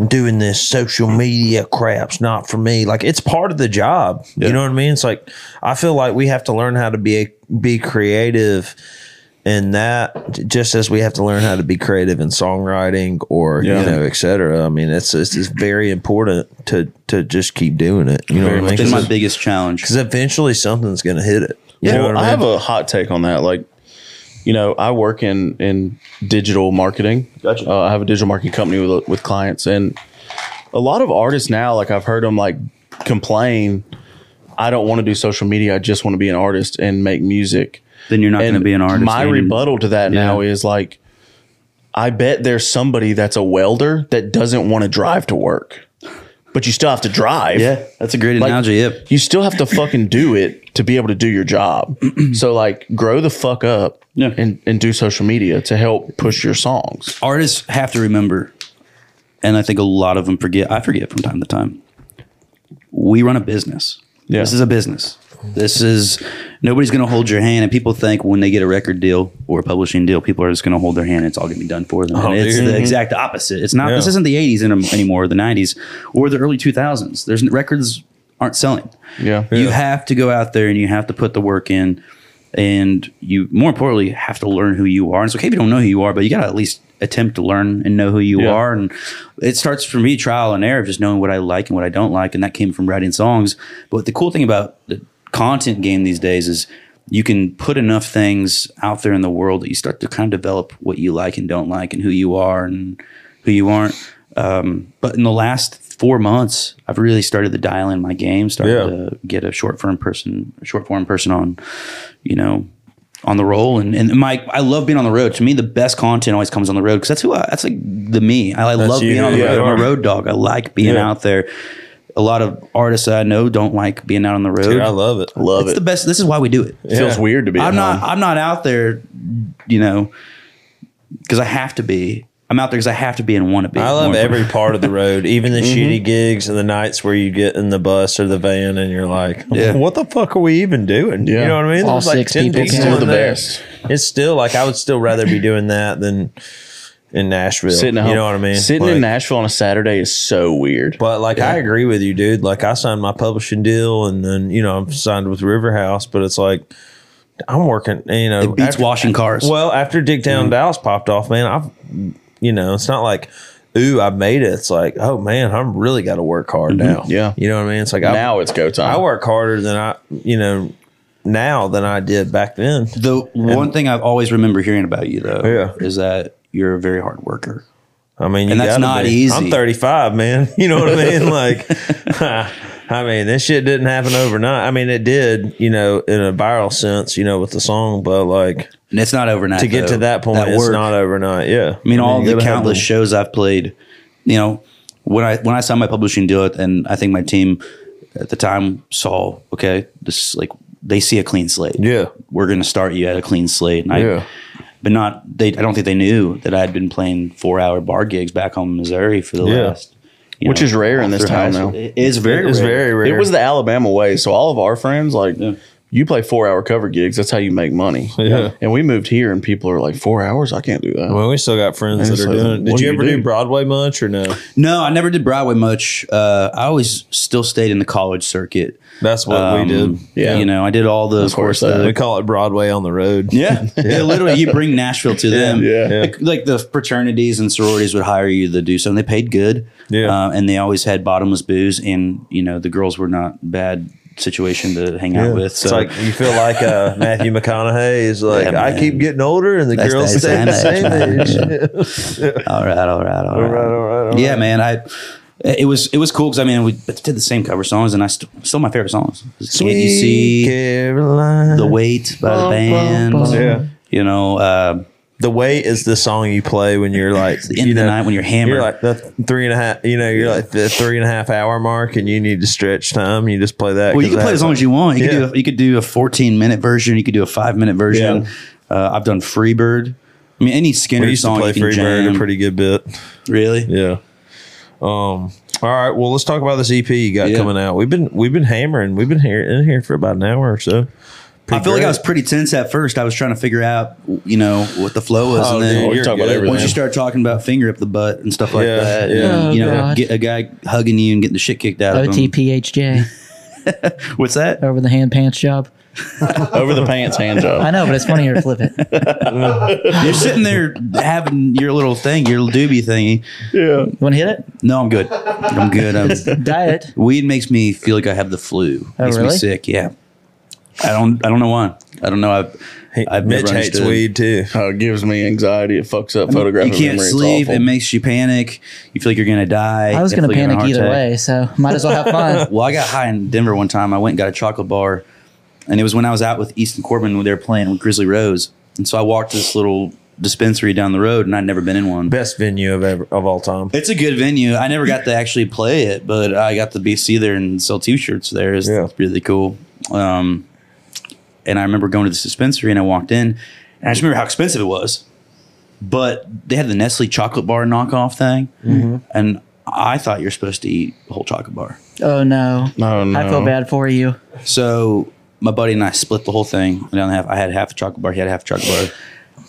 doing this social media crap's not for me. Like it's part of the job. You know what I mean? It's like I feel like we have to learn how to be be creative in that just as we have to learn how to be creative in songwriting or you know et cetera i mean it's it's, it's very important to to just keep doing it you know what i mean It's been my biggest challenge. because evenitually something's going to hit it. You Yeah, know well, what I, I have mean? a hot take on that. Like, you know, I work in in digital marketing. Gotcha. Uh, I have a digital marketing company with with clients, and a lot of artists now, like I've heard them like complain, I don't want to do social media. I just want to be an artist and make music. then you're not going to and be an artist. My and- rebuttal to that now is like, I bet there's somebody that's a welder that doesn't want to drive to work, but you still have to drive. Yeah, that's a great Like, analogy. Yep. You still have to fucking do it to be able to do your [clears throat] job. so like grow the fuck up Yeah. and, and do social media to help push your songs. Artists have to remember, and I think a lot of them forget. I forget from time to time. We run a business. Yeah. This is a business. This is nobody's going to hold your hand, and people think when they get a record deal or a publishing deal, people are just going to hold their hand. It's all going to be done for them. and it's Oh, dude. the exact opposite. It's not. This Yeah. isn't the '80s any- anymore, or the '90s, or the early 2000s. There's records aren't selling. Yeah. You have to go out there and you have to put the work in, and you more importantly have to learn who you are. And it's okay if you don't know who you are, but you got to at least attempt to learn and know who you Yeah. are. And it starts for me trial and error of just knowing what I like and what I don't like, and that came from writing songs. But the cool thing about the content game these days is you can put enough things out there in the world that you start to kind of develop what you like and don't like and who you are and who you aren't. Um, but in the last four months, I've really started to dial in my game, started Yeah. to get a short form person, short form person on, you know, on the roll. And and my I love being on the road. To me, the best content always comes on the road because that's who I. That's like the me. I, I love you, being on the yeah. road. I'm a road dog. I like being Yeah. out there. A lot of artists that I know don't like being out on the road. Dude, I love it. Love it's it. the best. This is why we do it. It feels Yeah. weird to be. I'm at not. home. I'm not out there, you know, because I have to be. I'm out there because I have to be and want to be. I love More every part of the road, even Mm-hmm. the shitty gigs and the nights where you get in the bus or the van and you're like, Yeah. "What the fuck are we even doing?" You Yeah. know what I mean? All There's like six 10 people people count. in Still the there. best. It's still like I would still rather be doing that than in Nashville. Sitting at home. you know what I mean? Sitting Like- in Nashville on a Saturday is so weird. But like I agree with you, dude. Like I signed my publishing deal, and then you know I'm signed with Riverhouse, but it's like I'm working. You know, It beats washing cars. Well, after Dig Down Dallas popped off, man, I've you know it's not like ooh I made it. It's like oh man, I'm really got to work hard now. Yeah. you know what I mean. It's like now it's go I, time. I work harder than I you know now than I did back then. The one thing I've always remember hearing about you though, Yeah. is that you're a very hard worker. I mean, you And that's gotta not be. easy. I'm 35, man. [laughs] You know what I mean? Like, [laughs] I mean, this shit didn't happen overnight. I mean, it did, you know, in a viral sense, you know, with the song, but like And it's not overnight. to get though. to that point, it's work. not overnight. Yeah. I mean, all you the gotta have countless shows I've played, you know, when I when I signed my publishing deal, and I think my team at the time saw, okay, this like they see a clean slate. Yeah. we're going to start you at a clean slate. And I, Yeah. but not they. I don't think they knew that I'd been playing four hour bar gigs back home in Missouri for the Yeah. last, you Which is rare in this through high town school. now. It is very, It's rare. very rare. It was the Alabama way. So all of our friends, like you play four hour cover gigs. That's how you make money. Yeah. And we moved here, and people are like, four hours? I can't do that. Well, we still got friends And that it's are like, doing it. Did what do you you ever do do? Broadway much or no? No, I never did Broadway much. Uh, I always still stayed in the college circuit. That's what Um, we did. Yeah. you know, I did all the of course, course. uh, We The, call it Broadway on the road. yeah, [laughs] yeah, literally, you bring Nashville to them. [laughs] yeah. Yeah. Like, like the fraternities and sororities would hire you to do something. They paid good. Yeah. uh, and they always had bottomless booze, and you know the girls were not bad situation to hang out with. So It's like you feel like uh, Matthew McConaughey is like, Yeah, I man. keep getting older and the That's girls the stay the same [laughs] age. [laughs] all right, all right, all right, right, all right, all yeah, man, I. It was it was cool because I mean we did the same cover songs and I st- still my favorite songs. Can't you see Caroline. the weight by the band? Yeah. You know, uh, The Way is the song you play when [laughs] you're like, the end you of the know, night when you're hammered. You're like the three and a half, you know, you're like the three and a half hour mark and you need to stretch time. You just play that. well, you 'cause can play that- as long as you want. You Yeah. could do you could do a 14 minute version. You could do a five minute version. Uh, I've done Freebird. I mean, any Skinner We used to song play you can Freebird a jam. pretty good bit. really. Yeah. Um. All right. Well, let's talk about this EP you got Yeah. coming out. We've been we've been hammering. We've been here in here for about an hour or so. I feel like I was pretty tense at first. I was trying to figure out, you know, what the flow was, Oh, and then dude, you're talk about good. everything. once you start talking about finger up the butt and stuff like Yeah, that, yeah. and, Oh, you know, God. get a guy hugging you and getting the shit kicked out of him. OTPHJ What's that? over the hand pants job. Over the pants hand job. I know, but it's funnier to flip it. [laughs] You're sitting there having your little thing, your little doobie thingy. You want to hit it? No, I'm good. I'm good. I'm, Diet. weed makes me feel like I have the flu. Oh, makes me really? sick. Yeah. I don't. I don't know why. I don't know. I've. I've Mitch never hates understood. weed too. Oh, it gives me anxiety. It fucks up photographic You can't memory. sleep. it's awful. It makes you panic. You feel like you're gonna die. I was You going to feel like you're having panic a heart either way, attack. so might as well have [laughs] fun. Well, I got high in Denver one time. I went and got a chocolate bar, and it was when I was out with Easton Corbin when they were playing with Grizzly Rose. And so I walked to this little dispensary down the road, and I'd never been in one. Best venue of ever of all time. It's a good venue. I never got to actually play it, but I got to be see there and sell T-shirts there. It's Yeah. really cool. Um, and I remember going to this dispensary, and I walked in, and I just remember how expensive it was. But they had the Nestle chocolate bar knockoff thing, and I thought you're supposed to eat a whole chocolate bar. Oh, no. Oh, no. I feel bad for you. So my buddy and I split the whole thing down half. I had half a chocolate bar. He had half a chocolate bar.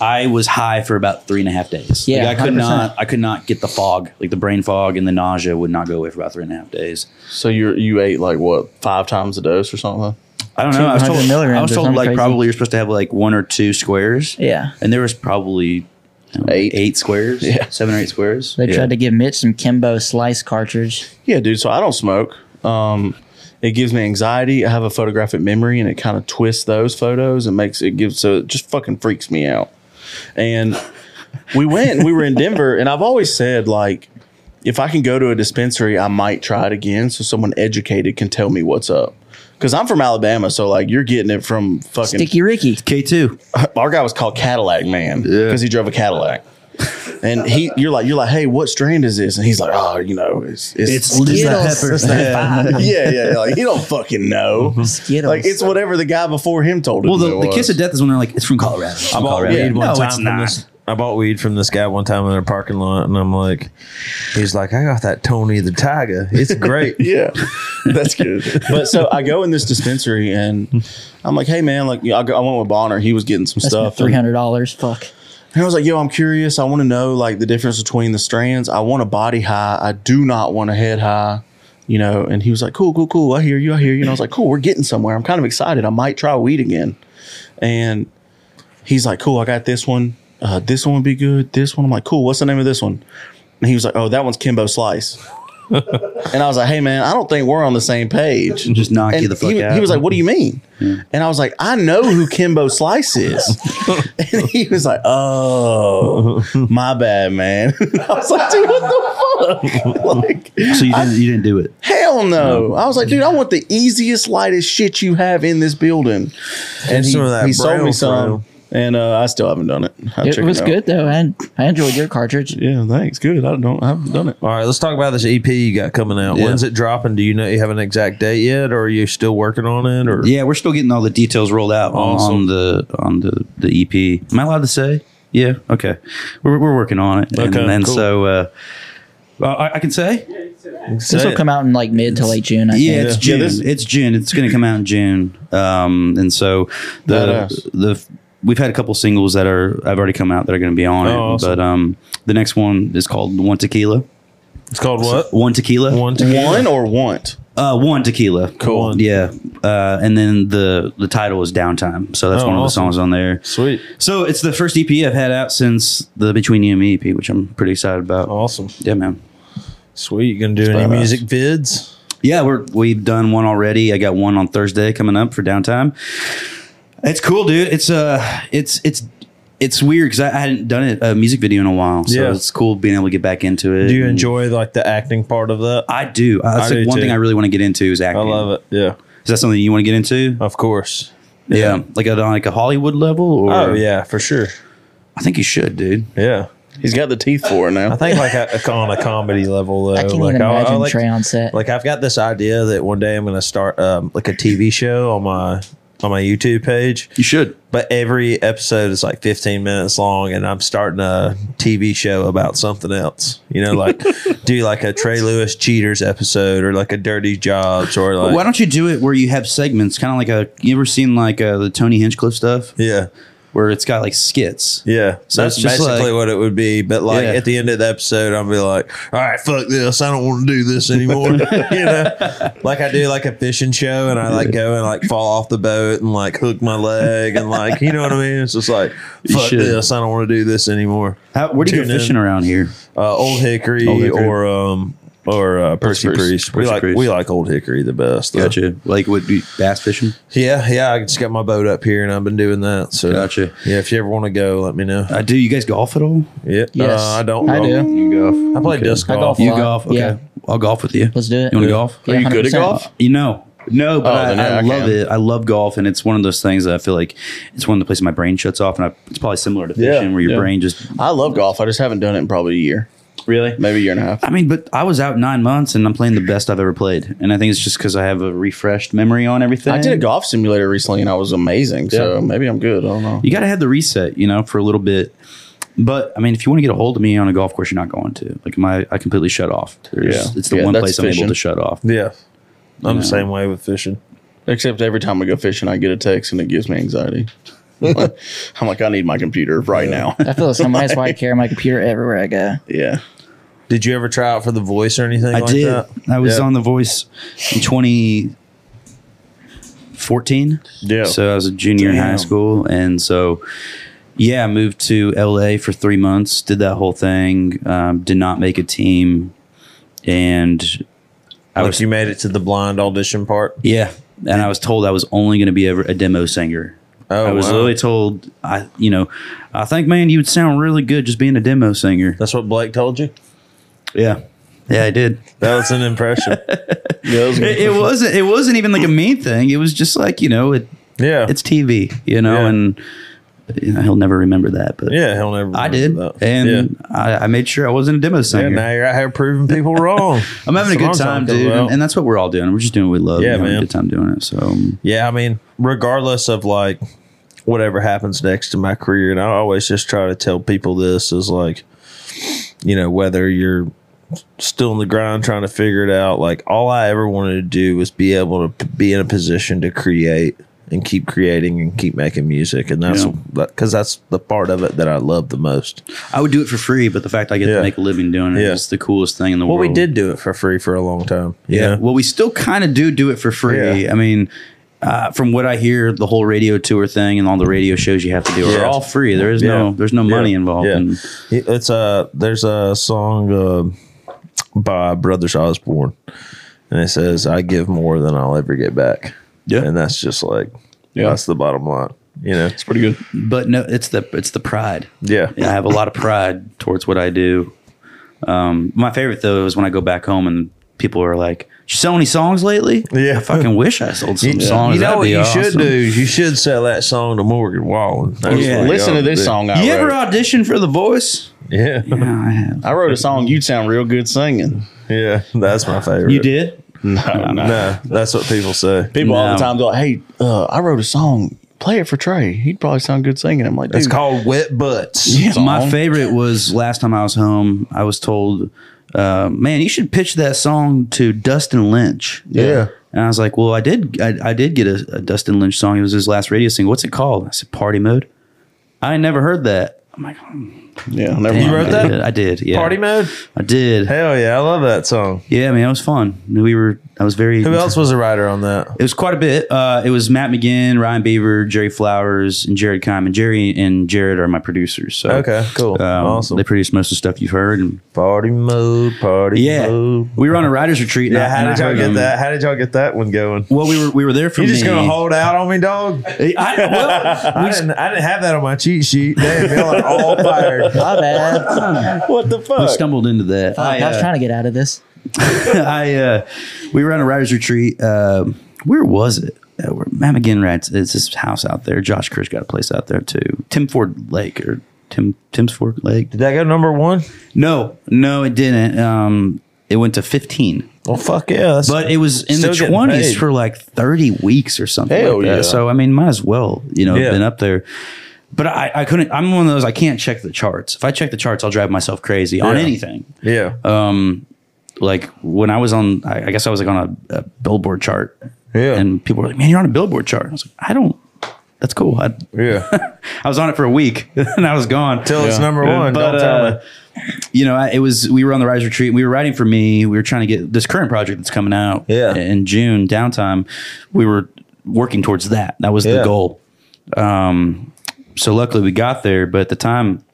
I was high for about three and a half days. Yeah, Like, I could 100%. not. I could not get the fog, like the brain fog and the nausea would not go away for about three and a half days. So you you ate like what five times a dose or something? I don't know. I was 200 told. milligrams I was or told something like crazy. probably you're supposed to have like one or two squares. Yeah. And there was probably I don't know, Eight. eight squares. Yeah. seven or eight squares. They Yeah. tried to give Mitch some Kimbo slice cartridge. Yeah, dude. So I don't smoke. Um, it gives me anxiety. I have a photographic memory, and it kind of twists those photos and makes it gives so it just fucking freaks me out. And we went. we were in Denver, and I've always said like. If I can go to a dispensary, I might try it again, so someone educated can tell me what's up. Because I'm from Alabama, so like you're getting it from fucking Sticky Ricky. K two. [laughs] our guy was called Cadillac Man because he drove a Cadillac. And he, you're like, you're like, hey, what strand is this? And he's like, oh, you know, it's it's, [laughs] Skittles. yeah, yeah, yeah. Like he don't fucking know. Skittles. Like it's whatever the guy before him told him. Well, it the, the was. kiss of death is when they're like, it's from Colorado. It's I from bought Colorado. weed one no, time it's from not. this. I bought weed from this guy one time in a parking lot, and I'm like, he's like, I got that Tony the Tiger. It's [laughs] great. yeah, [laughs] that's good. but so I go in this dispensary and I'm like, hey man, like I, go, I went with Bonner. He was getting some That's stuff. three and- hundred dollars. Fuck. And I was like, yo, I'm curious. I want to know like the difference between the strands. I want a body high. I do not want a head high. You know, and he was like, cool, cool, cool. I hear you. I hear you. And I was like, cool, we're getting somewhere. I'm kind of excited. I might try weed again. And he's like, cool, I got this one. Uh, this one would be good. This one. I'm like, cool, what's the name of this one? And he was like, oh, that one's Kimbo Slice. [laughs] and I was like, hey, man, I don't think we're on the same page. Just knock you And the fuck he, out. he was like, "What do you mean?" And I was like, "I know who Kimbo Slice [laughs] is." and he was like, "Oh, my bad, man." [laughs] I was like, "Dude, what the fuck?" [laughs] like, So you didn't. You didn't do it. hell no! I was like, "Dude, I want the easiest, lightest shit you have in this building." And he, some of that he sold me brown some, throw. and uh, I still haven't done it. I'll It check was out. good though, and I enjoyed your cartridge. Yeah, thanks. Good. I don't. I haven't done it. All right, let's talk about this EP you got coming out. Yeah. When's it dropping? Do you know you have an exact date yet, or are you still working on it? Or Yeah, we're still getting all the details rolled out on- Awesome. on the on the E the EP. Am I allowed to say? Yeah. Okay. We're we're working on it, and, Okay, and cool. so uh, Uh, I, I can say. This will come out in like mid to late June. I Yeah, think. it's Yeah, June. this- it's June. It's going to come out in June. Um, and so the Badass. the we've had a couple singles that are I've already come out that are going to be on Oh, it. awesome. But um, the next one is called One Tequila. It's called [laughs] what? One Tequila. One to One or want? Uh, one Tequila. Cool. Yeah. Uh, and then the the title is Downtime. So that's Oh, one of the awesome. songs on there. Sweet. So it's the first EP I've had out since the Between You and Me EP, which I'm pretty excited about. Awesome. Yeah, man. Sweet. You gonna do any music vids? Yeah, we're we've done one already. I got one on Thursday coming up for downtime. It's cool, dude. It's uh, it's it's it's weird because I, I hadn't done it, a music video in a while, so Yeah. it's cool being able to get back into it. Do you And enjoy like the acting part of that? I do. Uh, That's I like do one thing too. I really want to get into is acting. I love it. Yeah. Is that something you want to get into? Of course. yeah. like at like a Hollywood level. Or, Oh yeah, for sure. I think you should, dude. Yeah. He's got the teeth for it I now. think like [laughs] a, on a comedy level though. I can't like, even I- I imagine like- Trey on set. like I've got this idea that one day I'm going to start um, like a TV show on my on my YouTube page, You should. but every episode is like 15 minutes long, and I'm starting a TV show about something else. You know, [laughs] like do like a Trey Lewis cheaters episode or like a Dirty Jobs or like Why don't you do it where you have segments, kind of like a you ever seen like uh, the Tony Hinchcliffe stuff yeah. where it's got like skits. Yeah, So that's it's just basically like- what it would be. But like Yeah. at the end of the episode, I'll be like, "All right, fuck this. I don't want to do this [laughs] anymore." you know, like I do like a fishing show, and I like go and like fall off the boat and like hook my leg and like you know what I mean. It's just like fuck should. this. I don't want to do this anymore. How, where do you Tune go in. fishing around here? Uh, Old Hickory, Old Hickory. or um or uh, Percy Percy- Priest. We Percy like Priest. we like Old Hickory the best. though. Gotcha. Like would be bass fishing. Yeah, yeah. I just got my boat up here, and I've been doing that. So Gotcha. Yeah, if you ever want to go, let me know. I Uh, do. You guys golf at all? Yeah, Yes, uh, I don't. I know. do. You golf. I play disc I golf. golf You Why? golf. Okay. Yeah. I'll golf with you. Let's do it. You want to golf? Yeah, Are you good at 100%. golf? You know. No, but Oh, I, then, yeah, I I love can. it. I love golf, and it's one of those things that I feel like it's one of the places my brain shuts off, and I, it's probably similar to fishing, where your yeah. brain just I love golf. I just haven't done it in probably a year, really. maybe a year and a half. I mean, but I was out nine months, and I'm playing the best I've ever played, and I think it's just because I have a refreshed memory on everything. I did a golf simulator recently and I was amazing. So maybe I'm good. I don't know. You got to have the reset, you know, for a little bit. But I mean, if you want to get a hold of me on a golf course, you're not going to. Like, my I completely shut off. There's, Yeah. it's the Yeah, one that's place I'm fishing. able to shut off. Yeah. I'm the same way with fishing. Except every time I go fishing, I get a text and it gives me anxiety. I'm like, [laughs] I need my computer right now. [laughs] I feel the same way. That's why I carry my computer everywhere I go. yeah. Did you ever try out for the voice or anything I like did. that? I was Yeah. on The Voice in 2014. Yeah. So I was a junior in high Damn. school. And so, yeah, I moved to LA for three months, did that whole thing, um, did not make a team. And I Like was, you made it to the blind audition part. yeah. And I was told I was only going to be ever a demo singer. Oh, I was wow. literally told, I, you know, I think, man, you would sound really good just being a demo singer. That's what Blake told you. Yeah. Yeah, I did. That was an [laughs] impression. it, it wasn't it wasn't even like a mean thing it was just like you know it yeah. it's tv you know Yeah. and you know, he'll never remember that but yeah. He'll never. i did remember that. and I, I made sure i wasn't a demo yeah. yeah. singer Now you're out here proving people wrong. [laughs] i'm having a That's what good I'm time talking dude about. and, and that's what we're all doing we're just doing what we love Yeah, and having man. a good time doing it so um, Yeah, I mean, regardless of like whatever happens next in my career, and I always just try to tell people this is like, you know, whether you're still in the grind trying to figure it out, like all I ever wanted to do was be able to p- be in a position to create and keep creating and keep making music, and that's Yeah. because that's the part of it that I love the most. i would do it for free but the fact i get Yeah. to make a living doing it is Yeah. the coolest thing in the Well, world we did do it for free for a long time. Yeah. Yeah, Well, we still kind of do do it for free. Yeah. I mean, uh, from what I hear, the whole radio tour thing and all the radio shows you have to do are Yeah. all free. There is no Yeah. there's no money Yeah. involved. Yeah. And It's a there's a song uh, by Brothers Osborne, and it says, "I give more than I'll ever get back." Yeah. and that's just like that's the bottom line, you know. Pretty good. but no, it's the it's the pride. Yeah, I have a lot of pride towards what I do. Um, my favorite though is when I go back home and people are like, "You sell any songs lately?" Yeah. I fucking wish I sold some songs. You know That'd what be you should awesome. do? is You should sell that song to Morgan Wallen. That's Yeah. what Listen y'all to this do. song I You wrote. ever audition for The Voice? [laughs] Yeah, Yeah, I have. I wrote a song you'd sound real good singing. yeah, that's my favorite. You did? No, no. No, that's what people say. [laughs] People all No. the time go, hey, uh, I wrote a song. Play it for Trey. He'd probably sound good singing. I'm like, It's dude, called Wet Butts. song. My favorite was last time I was home. I was told uh, man, you should pitch that song to Dustin Lynch. Yeah. And I was like, well, I did, I, I did get a, a Dustin Lynch song. It was his last radio single. What's it called? I said, Party Mode. I never heard that. I'm like, Yeah, never damn, mind. wrote I that? did. I did. Yeah, Party mode? I did. Hell yeah, I love that song. Yeah, man, it was fun. We were. I was very. Who else was a writer on that? It was quite a bit. Uh, it was Matt McGinn, Ryan Beaver, Jerry Flowers, and Jared Kyman. Jerry and Jared are my producers. So Okay, cool. um, awesome. They produced most of the stuff you've heard. And Party mode, party yeah, mode. we were on a writers retreat. and Oh, Yeah, I- how and I did y'all heard get them. that? How did y'all get that one going? Well, we were we were there for You just me. gonna hold out on me, dog? I, [laughs] well, I didn't, I didn't have that on my cheat sheet. Damn, y'all are [laughs] all fired. My bad. Fuck, What the we fuck? stumbled into that. I, I, was [laughs] uh, trying to get out of this. I uh, we were on a writers retreat. Um where was it? Uh, where Matt McGinn rats. It's his house out there. Josh Kirsch got a place out there too. Tim Ford Lake or Tim Tim's Ford Lake. Did that go number one? No, no, it didn't. Um, it went to fifteen, Well, fuck yeah. That's, but it was in Still the getting twenties paid. for like thirty weeks or something. Hell like that. yeah. So I mean, might as well you know Yeah. have been up there. But I, I couldn't. I'm one of those. I can't check the charts. If I check the charts, I'll drive myself crazy on Yeah. anything. yeah, Um, like when I was on, I, I guess I was like on a, a billboard chart, yeah, and people were like, "Man, you're on a billboard chart." I was like, "I don't." That's cool. I, [laughs] yeah. I was on it for a week, [laughs] and I was gone. Till it's number one. But don't tell me. uh, you know, I- it was we were on the rise retreat. We were writing for me. We were trying to get this current project that's coming out Yeah. in June. Downtime. We were working towards that. That was Yeah. the goal. Um, so luckily we got there. But at the time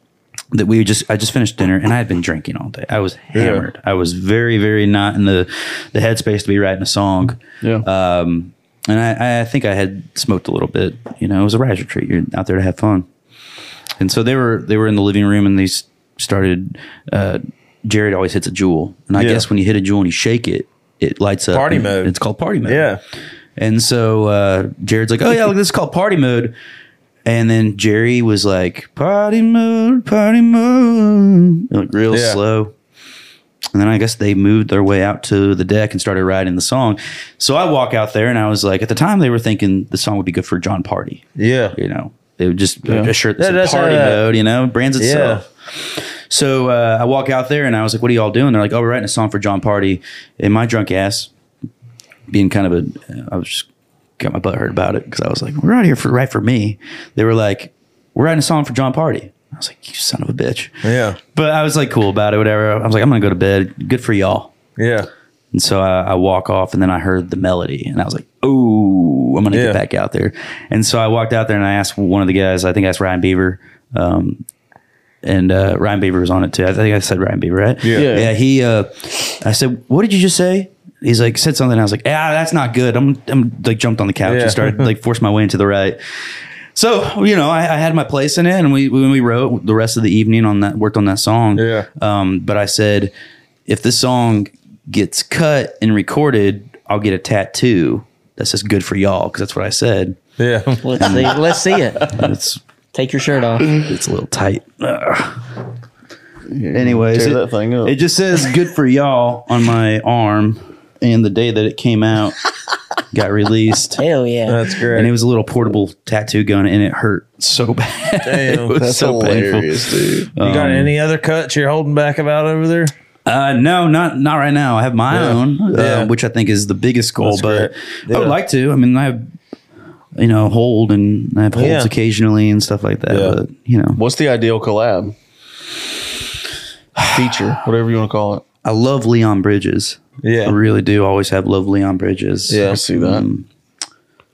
that we just, I just finished dinner and I had been drinking all day. I was hammered. I was very, very not in the the headspace to be writing a song. Yeah. Um, and I, I think I had smoked a little bit. You know, it was a rise retreat. You're out there to have fun. And so they were they were in the living room and they s- started. Uh, Jared always hits a jewel, and I Yeah. guess when you hit a jewel and you shake it, it lights up. Party and mode. It's called party mode. Yeah. And so uh, Jared's like, "Oh yeah, look, this is called party mode." And then Jerry was like, "Party mode, party mode," like real Yeah. slow. And then I guess they moved their way out to the deck and started writing the song. So I walk out there and I was like, at the time they were thinking the song would be good for John Party Yeah. you know they would just a shirt Yeah, that's that's party how that- mode you know brands itself so uh, i walk out there and i was like what are y'all doing they're like oh we're writing a song for john party and my drunk ass being kind of a i was just got my butt hurt about it because i was like we're out here for right for me they were like we're writing a song for john party i was like you son of a bitch Yeah. but i was like cool about it whatever i was like i'm gonna go to bed good for y'all Yeah. and so I, I walk off, and then I heard the melody, and I was like, "Oh, I'm gonna Yeah. get back out there." And so I walked out there, and I asked one of the guys. I think I asked Ryan Beaver, um, and uh, Ryan Beaver was on it too. I think I said Ryan Beaver, right? Yeah. Yeah. he. Uh, I said, "What did you just say?" He's like, said something. I was like, "Ah, that's not good." I'm, I'm like jumped on the couch Yeah. and started like forced my way into the right. So you know, I, I had my place in it, and we when we wrote the rest of the evening on that worked on that song. Yeah. Um, but I said, if this song gets cut and recorded, I'll get a tattoo that says "Good for y'all" because that's what I said. Yeah. [laughs] Let's see. Let's see it. It's Take your shirt off. it's a little tight. Ugh. Anyways, tear it, that thing up. it just says "Good for y'all" on my arm, and the day that it came out, got released. Hell yeah. That's great. And it was a little portable tattoo gun, and it hurt so bad. [laughs] Damn, [laughs] it was Um, That's so painful. hilarious, dude. you got any other cuts you're holding back about over there? Uh, no, not not right now. I have my own, uh, Yeah. which I think is the biggest goal. That's but great. I would Yeah. like to. I mean, I have you know hold and I have holds Yeah. occasionally and stuff like that. Yeah. But you know, What's the ideal collab? Feature, whatever you want to call it. I love Leon Bridges. Yeah. I really do. Always have loved Leon Bridges. Um, I see that. Mm.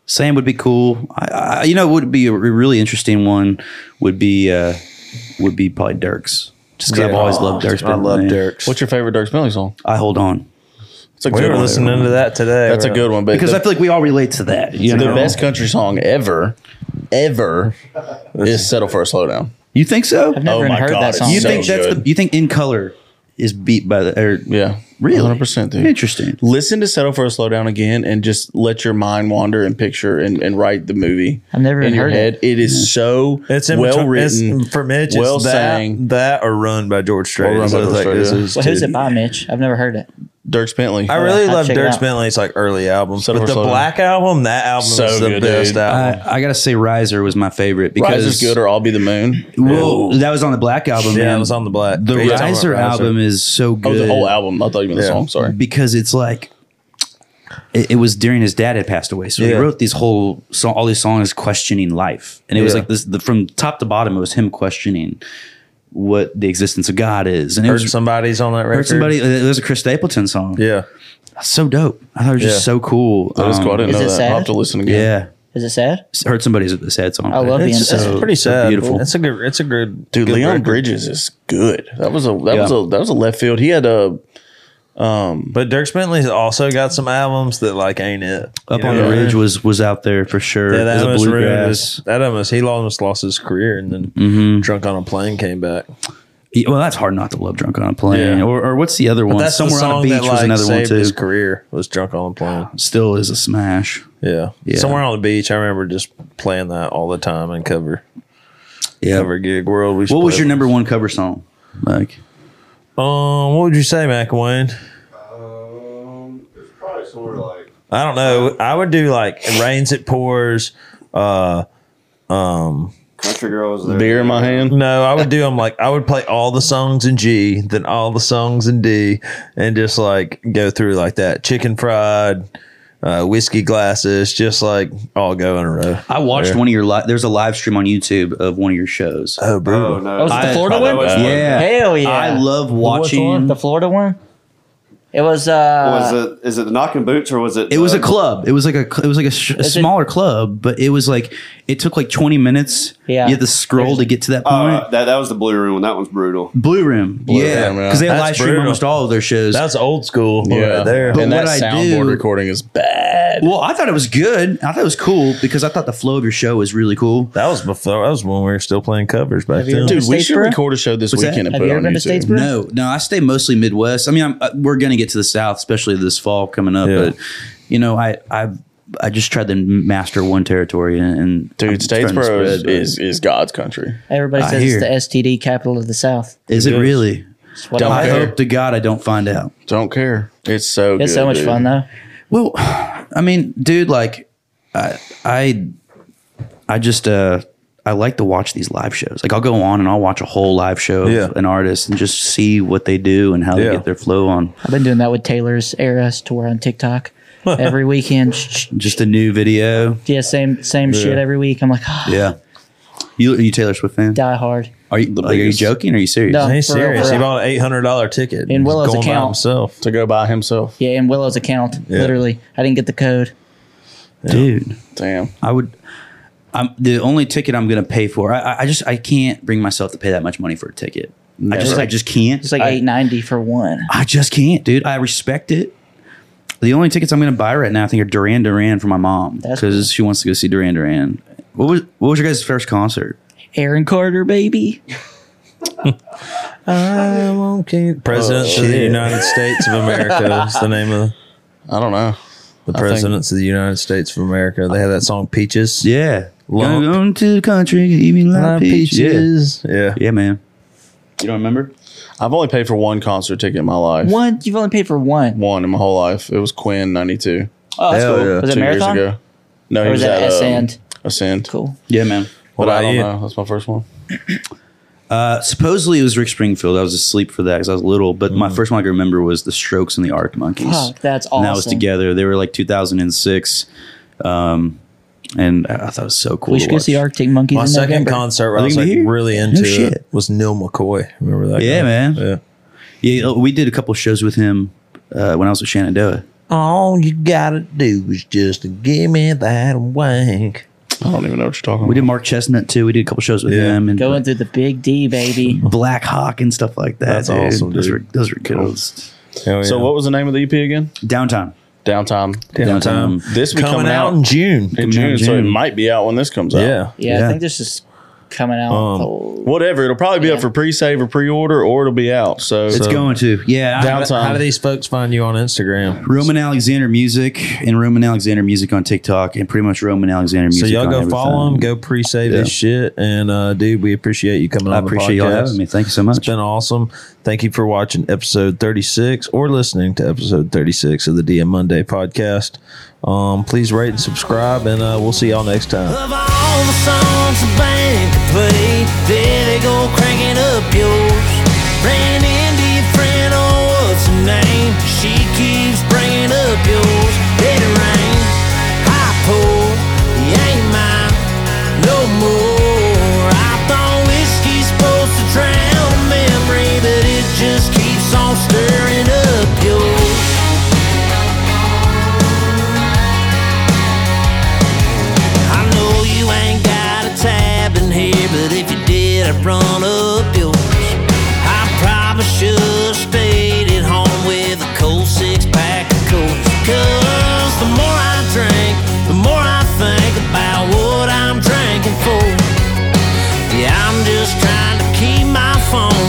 Sam would be cool. I, I you know, would be a re- really interesting one. Would be uh, would be probably Dirks. Just because I've always loved Dirks. I love Bentley. Dirks. What's your favorite Dirk Bentley song? I hold on It's a We good were one. listening to that today. That's a good one, but because the, I feel like we all relate to that. You the know? best country song ever, ever is "Settle for a Slowdown." You think so? I've never Oh even my heard God, that it's song. You so think that's good. the you think in color is beat by the or Yeah, really 100%, dude. Interesting. Listen to "Settle for a Slowdown" again, and just let your mind wander and picture and, and write the movie. I've never in even your heard head. it is so It's in well between- written it's- for Mitch. It's well that, sang. that or run by George Strait. Or Run by So it's George like, Strait, this yeah. is Well, who's two- it by, Mitch? I've never heard it. Dirk's Bentley. I really I'd love check it Dirk out. Bentley's like early album, So but we're the slow. Black album, that album So is the good, best dude. album. I, I gotta say, Riser was my favorite because Rise is good or I'll be the moon. Well, Oh, that was on the Black album. yeah, man. it was on the Black. the Yeah, it's on Riser album is so Oh, good. the whole album. I thought you meant the Yeah. song. Sorry. because it's like it, it was during his dad had passed away, so he Yeah. wrote these whole so all these songs questioning life, and it was Yeah. like this the, from top to bottom. It was him questioning what the existence of God is, and it Hurt was somebody's on that record. heard somebody. It was a Chris Stapleton song. Yeah. so dope. I thought it was Yeah. just so cool. That was Um, cool. I didn't know is it that. I'll have sad? to listen again. Yeah, Is it sad? heard somebody's a sad song. I love being it's sad. so, Pretty so sad. beautiful. It's a good. It's a good. Dude, good Leon record. Bridges is good. That was a that Yeah. was a that was a left field. He had a But Dirk Bentley's also got some albums that like ain't it. Up You on know the what I mean? ridge was was out there for sure. Yeah, that It was almost a ruined bluegrass. Mm-hmm. his. That almost he almost lost his career, and then drunk on a plane came back. Yeah, well, that's hard not to love drunk on a plane. Yeah. Or, or what's the other one? That's Somewhere the song on a beach that was like another one saved too. his career. Was drunk on a plane. Still is a smash. Yeah. Yeah. Somewhere on the beach. I remember just playing that all the time in cover Yeah. cover gig world. We used to What was play- your number one cover song? Like Um, what would you say, McWayne? Um, it's probably somewhere like I don't know. I would do like it rains, it pours. Uh, Country Girls. There. beer in my hand. no, I would do them like I would play all the songs in G, then all the songs in D, and just like go through like that. Chicken fried, uh, whiskey glasses, just like all go in a row. I watched one of your li- there's a live stream on YouTube of one of your shows. Oh, brutal. Oh no! Oh, is it the I- Florida I- one? that was- yeah. Hell yeah. I love The, one? watching. the Florida one? It was, uh, Was it? Is it the Knocking Boots or was it? It was the- a club. It was like a cl- it was like a, sh- a Is it- smaller club, but it was like it took like 20 minutes. Yeah. You had to scroll to get to that point. Uh, that that was the Blue Room. one. That one's brutal. Blue Room. yeah. Room, yeah. Cuz they That's live stream brutal. almost all of their shows. That's old school. Yeah, there. But And that what I soundboard do- recording is bad. well, I thought it was good. I thought it was cool because I thought the flow of your show was really cool. That was before. That was when we were still playing covers back Have you then. ever- Dude, we should Statesboro? record a show this What's that? weekend and Have put you it on ever been to YouTube. Statesboro? No, no, I stay mostly Midwest. I mean, I'm, uh, we're gonna get to the South, especially this fall coming up. Yeah. But you know, I I I just tried to master one territory, and, and Dude, I'm starting to Statesboro is, spread, but- is is God's country. everybody I says hear. it's the STD capital of the South. is it really? It's what Don't I I care. heard. hope to God I don't find out. Don't care. It's so It's good, so much dude. fun, though. Well, I mean, dude, like I I I just uh I like to watch these live shows. Like I'll go on and I'll watch a whole live show Yeah. of an artist and just see what they do and how Yeah. they get their flow on. I've been doing that with Taylor's Eras tour on TikTok. Every weekend, sh- sh- Just a new video. yeah, same same shit every week. I'm like, "Ah, Yeah. You, you Taylor Swift fan? die hard. Are you like, are you biggest- joking? Or are you serious? No. He's For real, serious. for He real. bought an eight hundred dollar ticket In He's Willow's going by account. himself. to go by himself. Yeah, in Willow's account, literally, I didn't get the code. Dude, Damn. I would. I'm the only ticket I'm gonna pay for. I- I, I just I can't bring myself to pay that much money for a ticket. I just I just can't. It's like I, eight ninety for one. I just can't, dude. I respect it. The only tickets I'm gonna buy right now, I think, are Duran Duran for my mom That's because she wants to go see Duran Duran. What was what was your guys' first concert? Aaron Carter, baby. Okay. [laughs] President of the United States of America is the name of I don't know. the presidents of the United States of America. They had that song Peaches. Yeah, Lump. Gonna go into the country, eat me like Live peaches. Yeah. Peaches. Yeah. yeah, man. You don't remember? I've only paid for one concert ticket in my life. One, you've only paid for one. One in my whole life. It was Quinn ninety two. Oh, that's Hell cool. yeah. Was it two marathon? years ago. No, he Or was was that at Ascend? Um, Ascend. Cool. Yeah, man. But What I about don't you? know. That's my first one. Uh, Supposedly it was Rick Springfield. I was asleep for that because I was little. But my first one I can remember was the Strokes and the Arctic Monkeys. Fuck, that's And that was awesome. together. They were like 2006, um, and I I thought it was so cool. We to should go watch. see Arctic Monkeys. My in second November. concert where Are I they was gonna like be here? really No into shit. it was Neil McCoy. Remember that? Yeah, guy? man. Yeah. Yeah, we did a couple shows with him uh, when I was with Shenandoah. All you gotta do is just give me that wank. I don't even know what you're talking We did about. Mark Chestnut too. We did a couple shows with Yeah. him and Going through the big D, baby. [laughs] Black Hawk and stuff like that. That's dude. awesome, Those dude. were those were good. old s- Hell So yeah. what was the name of the EP again? Downtime. Downtime. Downtime. This will be coming, out, in June. in June, out in so it June. might be out when this comes out. Yeah. Yeah, Yeah. I think there's just coming out. Oh. Whatever. It'll probably be up Yeah. for pre-save or pre-order, or it'll be out. So It's going to. Yeah. I- Downtime. How do these folks find you on Instagram? Roman Alexander Music and Roman Alexander Music on TikTok and pretty much Roman Alexander So Music. y'all on go everything. follow him. Go pre-save Yeah. his shit, and uh, dude, we appreciate you coming on. I the appreciate y'all podcast. having me. Thank you so much. It's been awesome. Thank you for watching episode 36 or listening to episode 36 of the DM Monday podcast. Um, please rate and subscribe, and uh, we'll see y'all next time. Of all the songs the band could play, there they go cranking up yours. Ran into your friend, oh, what's her name? She keeps bringing up yours. Let it rain, I pour, you ain't mine no more. I thought whiskey's supposed to drown memory, but it just keeps on stirring up yours. I know you ain't got a tab in here, but if you did, I'd run up yours. I probably should have stayed at home with a cold six pack of Coke. 'Cause the more I drink, the more I think about what I'm drinking for. Yeah, I'm just trying to keep my phone